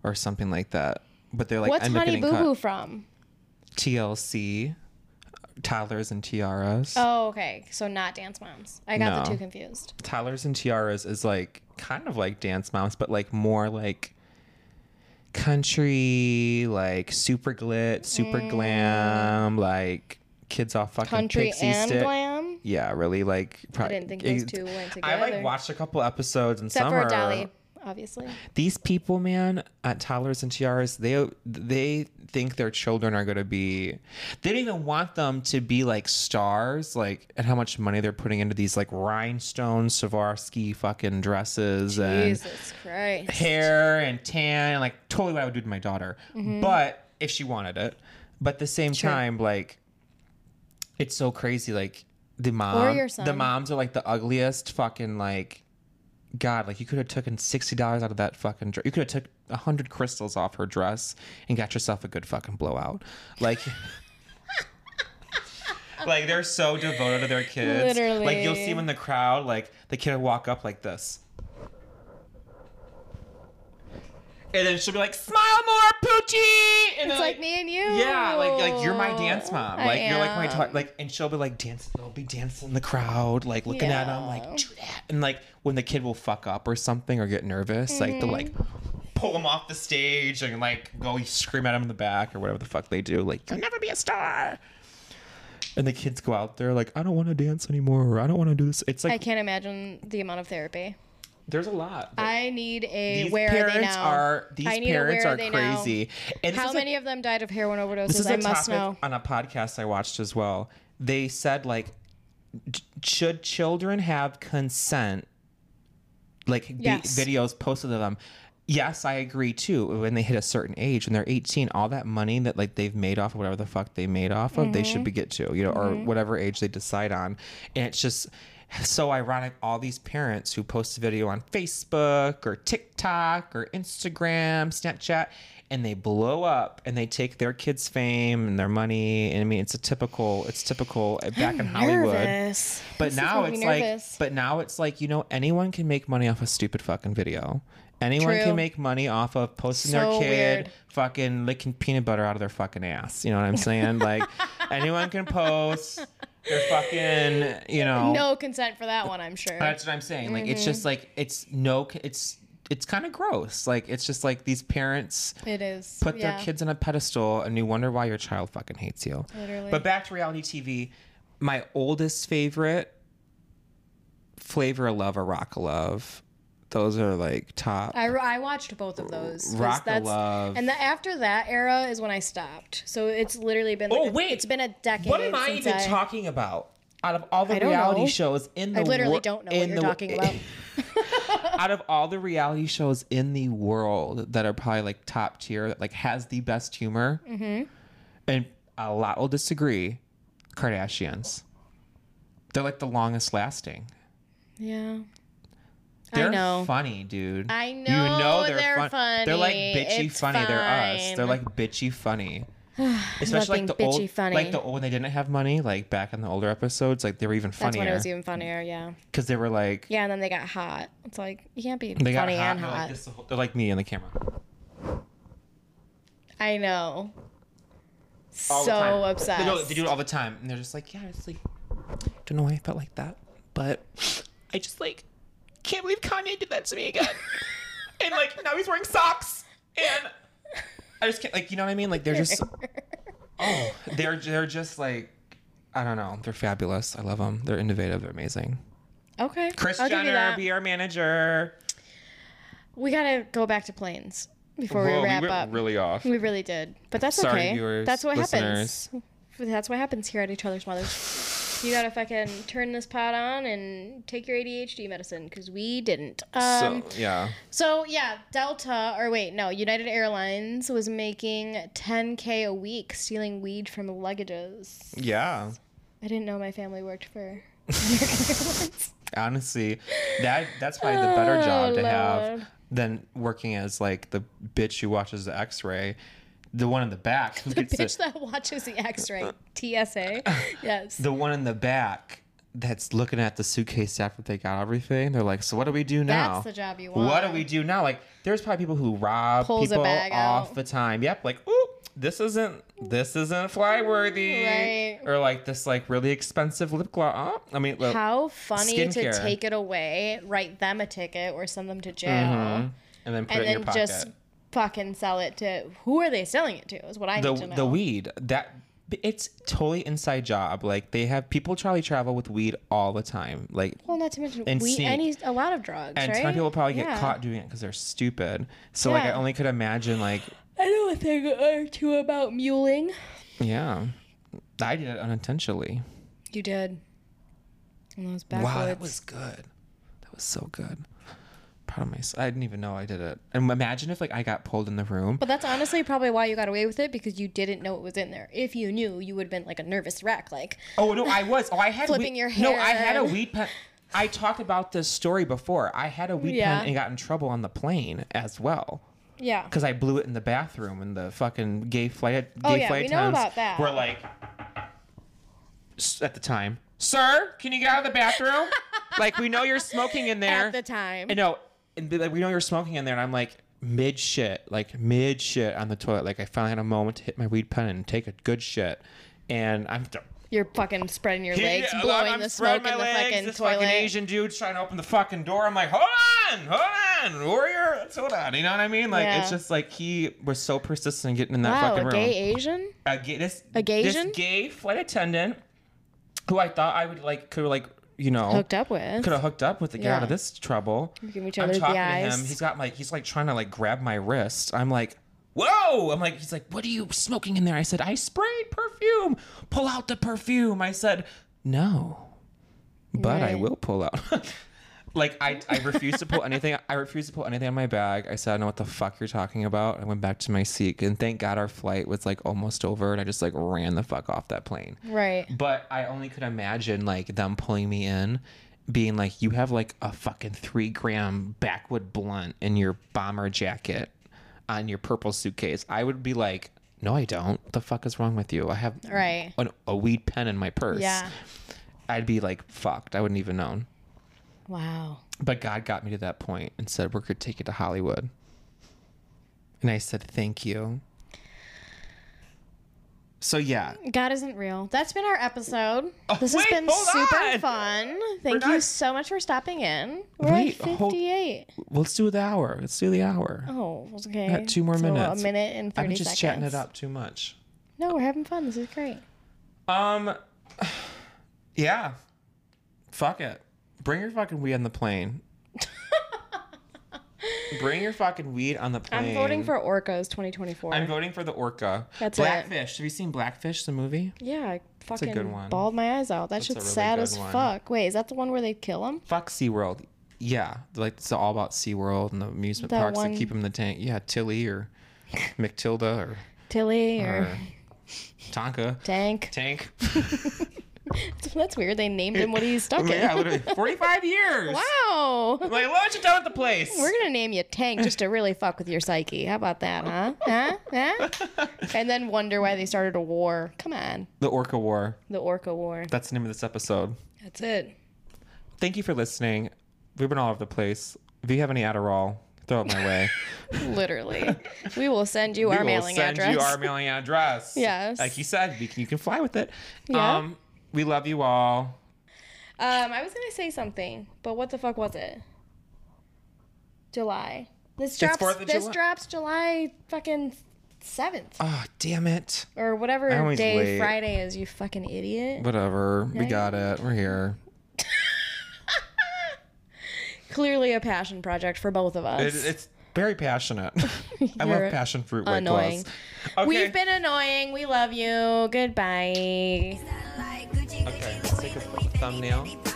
A: or something like that but they're like
B: Mm. What's
A: end up
B: Honey
A: getting
B: Boo
A: caught."
B: Boo from?
A: tlc toddlers and tiaras
B: Oh, okay. So not Dance Moms. I got the
A: No.
B: two confused.
A: toddlers and tiaras is like kind of like dance moms but like more like country like super glit super glam like kids off fucking
B: Mm. Country
A: pixie
B: and
A: stick
B: glam.
A: yeah really like
B: I
A: probably
B: didn't think those two went together.
A: I like watched a couple episodes and
B: Except
A: some
B: for
A: are-
B: Dolly, obviously.
A: These people, man, at Toddlers and Tiaras, they they think their children are gonna be. They don't even want them to be like stars, like and how much money they're putting into these like rhinestone Swarovski fucking dresses and
B: Jesus Christ.
A: hair and tan, like totally what I would do to my daughter,
B: Mm-hmm.
A: but if she wanted it. But at the same time, like it's so crazy, like the mom,
B: your
A: the
B: son.
A: moms are like the ugliest fucking like. God, like you could have taken sixty dollars out of that fucking dress. You could have took a hundred crystals off her dress and got yourself a good fucking blowout. Like, like they're so devoted to their kids. Like you'll see
B: Literally.
A: them in the crowd. Like the kid will walk up like this, and then she'll be like, "Smile more, Poochie!" And
B: It's
A: then,
B: like me and you.
A: yeah, like like you're my dance mom.
B: I
A: Like you're like my
B: am.
A: ta- like, and she'll be like dancing. They'll be dancing in the crowd, like looking at them,
B: Yeah.
A: like do that. And like when the kid will fuck up or something or get nervous, like they'll like
B: Mm-hmm.
A: pull him off the stage and like go scream at him in the back or whatever the fuck they do. Like you'll never be a star. And the kids go out there like I don't want to dance anymore. Or, I don't want to do this. It's
B: I
A: like
B: can't imagine the amount of therapy.
A: there's a lot. that-
B: I need a
A: these
B: where are
A: parents
B: they now?
A: are these
B: I need a
A: parents
B: where
A: are
B: they now?
A: crazy. And this
B: How
A: is a
B: many of them died of heroin overdoses?
A: This is
B: I
A: a
B: must
A: topic
B: know.
A: on a podcast I watched as well. They said like, j- should children have consent? Like the
B: Yes.
A: videos posted of them. Yes, I agree too. When they hit a certain age, when they're 18, all that money that like they've made off of whatever the fuck they made off of, they
B: Mm-hmm.
A: should be get to, you know, or whatever age they decide on. And it's just so ironic all these parents who post a video on Facebook or TikTok or Instagram, Snapchat, and they blow up and they take their kids' fame and their money. And I mean, it's a typical, it's typical back in Hollywood.
B: Nervous.
A: But
B: This is
A: now
B: making
A: it's
B: me
A: like,
B: nervous.
A: but now it's like, you know, anyone can make money off a stupid fucking video. Anyone
B: True.
A: can make money off of posting
B: So
A: their kid
B: weird.
A: fucking licking peanut butter out of their fucking ass. You know what I'm saying? like, anyone can post their fucking, you know.
B: No Mm-hmm. consent for that one, I'm sure.
A: That's what I'm saying. Like, it's just like, it's no, it's, it's kind of gross. Like, it's just like these parents
B: it is.
A: put
B: yeah.
A: their kids on a pedestal and you wonder why your child fucking hates you.
B: Literally.
A: But back to reality TV, my oldest favorite flavor of love or rock of love. Those are like top.
B: I, I watched both of those. 'cause
A: Rock
B: that's-
A: Love.
B: And the, after that era is when I stopped. So it's literally been. Like
A: Oh,
B: a-
A: wait.
B: It's been a decade.
A: what am I
B: since
A: even talking about? Out of all the
B: I don't
A: reality
B: know.
A: shows in the
B: I literally
A: wor-
B: don't know
A: in
B: what you're
A: the-
B: talking about.
A: out of all the reality shows in the world that are probably like top tier, that like has the best humor,
B: Mm-hmm.
A: and a lot will disagree, Kardashians. They're like the longest lasting.
B: Yeah.
A: They're
B: I know.
A: funny, dude.
B: I
A: You
B: know they're
A: They're like
B: funny.
A: bitchy
B: It's
A: funny. They're us. They're
B: fine.
A: like bitchy funny. Especially like
B: being
A: the old,
B: bitchy funny.
A: like the old when they didn't have money, like back in the older episodes, like they were even
B: That's when it
A: funnier
B: was even funnier, yeah.
A: because they were like
B: Yeah, and then they got hot. It's like you can't be
A: they got
B: funny
A: hot,
B: and
A: and they're
B: hot.
A: Like, this the whole- they're like me in the camera.
B: I know.
A: All the time.
B: so
A: They
B: obsessed.
A: do, they do it all the time, and they're just like, yeah, it's like, don't know why I felt like that, but I just like can't believe Kanye did that to me again. and like now he's wearing socks, and I just can't like you know what I mean? Like they're just oh they're they're just like I don't know they're fabulous. I love them. They're innovative. They're amazing.
B: okay.
A: Chris
B: I'll give you
A: Jenner,
B: that.
A: be our manager.
B: we gotta go back to planes before
A: Whoa,
B: we wrap
A: went
B: up. Um,
A: really off.
B: we really did, but that's
A: Sorry,
B: okay.
A: viewers,
B: that's what
A: listeners.
B: happens. That's what happens here at each other's mothers. You gotta fucking turn this pot on and take your ADHD medicine because we didn't. Um,
A: so yeah,
B: So yeah, Delta or wait, no, United Airlines was making 10k a week stealing weed from luggages.
A: yeah.
B: I didn't know my family worked for American Airlines.
A: Honestly, that that's probably the better job
B: Oh,
A: to have
B: Lord.
A: than working as like the bitch who watches the X-ray, the one in the back who gets
B: Bitch
A: the,
B: that watches the X-ray, TSA. Yes.
A: the one in the back that's looking at the suitcase after they got everything. They're like, so what do we do now?
B: That's the job you want.
A: What do we do now? Like, there's probably people who rob
B: Pulls a
A: people
B: bag
A: off
B: out.
A: the time. Yep, like, ooh, this isn't this isn't fly worthy,
B: Right.
A: or like this like really expensive lip gloss. I mean, look,
B: How funny
A: Oh, Skincare.
B: to take it away, write them a ticket or send them to jail,
A: and then Mm-hmm. put
B: and
A: it in your
B: then
A: pocket.
B: just fucking sell it to who are they selling it to? Is what I
A: the
B: need to know.
A: the weed that it's totally inside job. Like they have people probably travel with weed all the time. Like
B: well, not to mention
A: and
B: we
A: seed.
B: any a lot of drugs,
A: and
B: right?
A: some people probably get
B: Yeah.
A: caught doing it because they're stupid. So like I
B: Yeah.
A: only could imagine like
B: I know a thing or two about muling.
A: yeah, I did it unintentionally.
B: You did. And those
A: wow,
B: backwoods.
A: that was good. That was so good. Proud of myself. I didn't even know I did it. And imagine if like I got pulled in the room.
B: but that's honestly probably why you got away with it because you didn't know it was in there. If you knew, you would have been like a nervous wreck. Like,
A: Oh no, I was. Oh, I had
B: Flipping
A: weed-
B: your
A: No, I had a
B: hair.
A: weed pen. I talked about this story before. I had a weed
B: Yeah.
A: pen and got in trouble on the plane as well.
B: yeah.
A: because I blew it in the bathroom and the fucking gay flight. Gay
B: Oh, yeah,
A: flight
B: we know
A: attendants
B: about that.
A: Were like s- at the time, sir, can you get out of the bathroom? like we know you're smoking in there.
B: At the time.
A: and no, and be like we know you're smoking in there, and I'm like mid shit, like mid shit on the toilet. Like I finally had a moment to hit my weed pen and take a good shit, and I'm. d-
B: You're fucking spreading your legs,
A: Yeah,
B: blowing
A: I'm
B: the
A: spreading
B: smoke in the
A: my legs,
B: fucking
A: this
B: toilet.
A: Fucking Asian dude trying to open the fucking door. I'm like, hold on, hold on, warrior, let's hold on. You know what I mean? Like, it's
B: Yeah.
A: just like he was so persistent in getting in that
B: wow,
A: fucking
B: a
A: room.
B: gay Asian?
A: a gay, this,
B: A gay
A: this
B: Asian?
A: gay flight attendant, who I thought I would like, could like, you know,
B: Hooked up with.
A: could have hooked up with to get
B: Yeah.
A: out of this trouble.
B: Give each
A: I'm
B: other the
A: talking
B: eyes.
A: to him. He's got like he's like trying to like grab my wrist. I'm like, whoa! I'm like, he's like, what are you smoking in there? I said, I sprayed perfume. Pull out the perfume. I said, no, but I
B: Right.
A: will pull out. like I, I refuse to pull anything. I refuse to pull anything out of my bag. I said, I don't know what the fuck you're talking about. I went back to my seat, and thank God our flight was like almost over, and I just like ran the fuck off that plane.
B: Right.
A: But I only could imagine like them pulling me in, being like, "You have like a fucking three gram backwood blunt in your bomber jacket, on your purple suitcase." I would be like, "No, I don't. What the fuck is wrong with you? I have
B: Right.
A: an, a weed pen in my purse."
B: Yeah.
A: I'd be like, "Fucked. I wouldn't even known."
B: Wow.
A: But God got me to that point and said, "We're gonna take you to Hollywood." And I said, "Thank you." So yeah,
B: God isn't real. That's been our episode.
A: Oh,
B: this
A: wait,
B: has been
A: hold
B: super
A: on.
B: fun. Thank you
A: not-
B: so much for stopping in. We're
A: Wait,
B: at
A: hold-
B: 58.
A: let's do the hour. Let's do the hour.
B: Oh, okay.
A: got two more
B: So
A: minutes.
B: A minute and 30
A: I'm just
B: seconds.
A: chatting it up too much.
B: No, we're having fun. This is great.
A: Um, yeah. Fuck it. Bring your fucking weed on the plane. Bring your fucking weed on the plane.
B: I'm voting for Orcas 2024.
A: I'm voting for the orca.
B: That's it.
A: Blackfish. Have you seen Blackfish, the movie?
B: yeah, I fucking
A: good one.
B: bawled my eyes out. That
A: a
B: shit's
A: really
B: sad
A: good
B: as
A: one.
B: fuck. Wait, is that the one where they kill him?
A: Fuck SeaWorld. Yeah, like it's all about SeaWorld and the amusement
B: That
A: parks
B: one-
A: that keep them in the tank. Yeah, Tilly or McTilda or,
B: Tilly or
A: or Tonka.
B: Tank?
A: Tank.
B: That's weird. They named him what he's stuck
A: yeah,
B: in.
A: literally 45 years.
B: Wow.
A: Like, why don't you down at the place?
B: We're gonna name you Tank just to really fuck with your psyche. How about that, huh? Huh? Huh? And then wonder why they started a war. Come on,
A: the Orca War.
B: the Orca War.
A: That's the name of this episode.
D: That's it.
A: Thank you for listening. We've been all over the place. If you have any Adderall, throw it my way.
B: Literally, we will send you
A: we
B: our
A: will
B: mailing
A: send
B: address.
A: you our mailing address.
B: Yes.
A: Like you said, we can, you can fly with it.
B: Yeah.
A: Um, we love you all.
D: Um, I was gonna say something, but what the fuck was it?
B: July. This
A: It's
B: drops.
A: Fourth of
B: this
A: July.
B: drops July fucking seventh
A: Oh, damn it.
B: or whatever
A: I always
B: day
A: wait.
B: Friday is. You fucking idiot.
A: Whatever. We got it. We're here.
B: Clearly a passion project for both of us.
A: It, it's very passionate. I love
B: You're
A: passion fruit white
B: annoying.
A: claws. Okay.
B: We've been annoying. We love you. Goodbye.
E: Okay, let's take a thumbnail.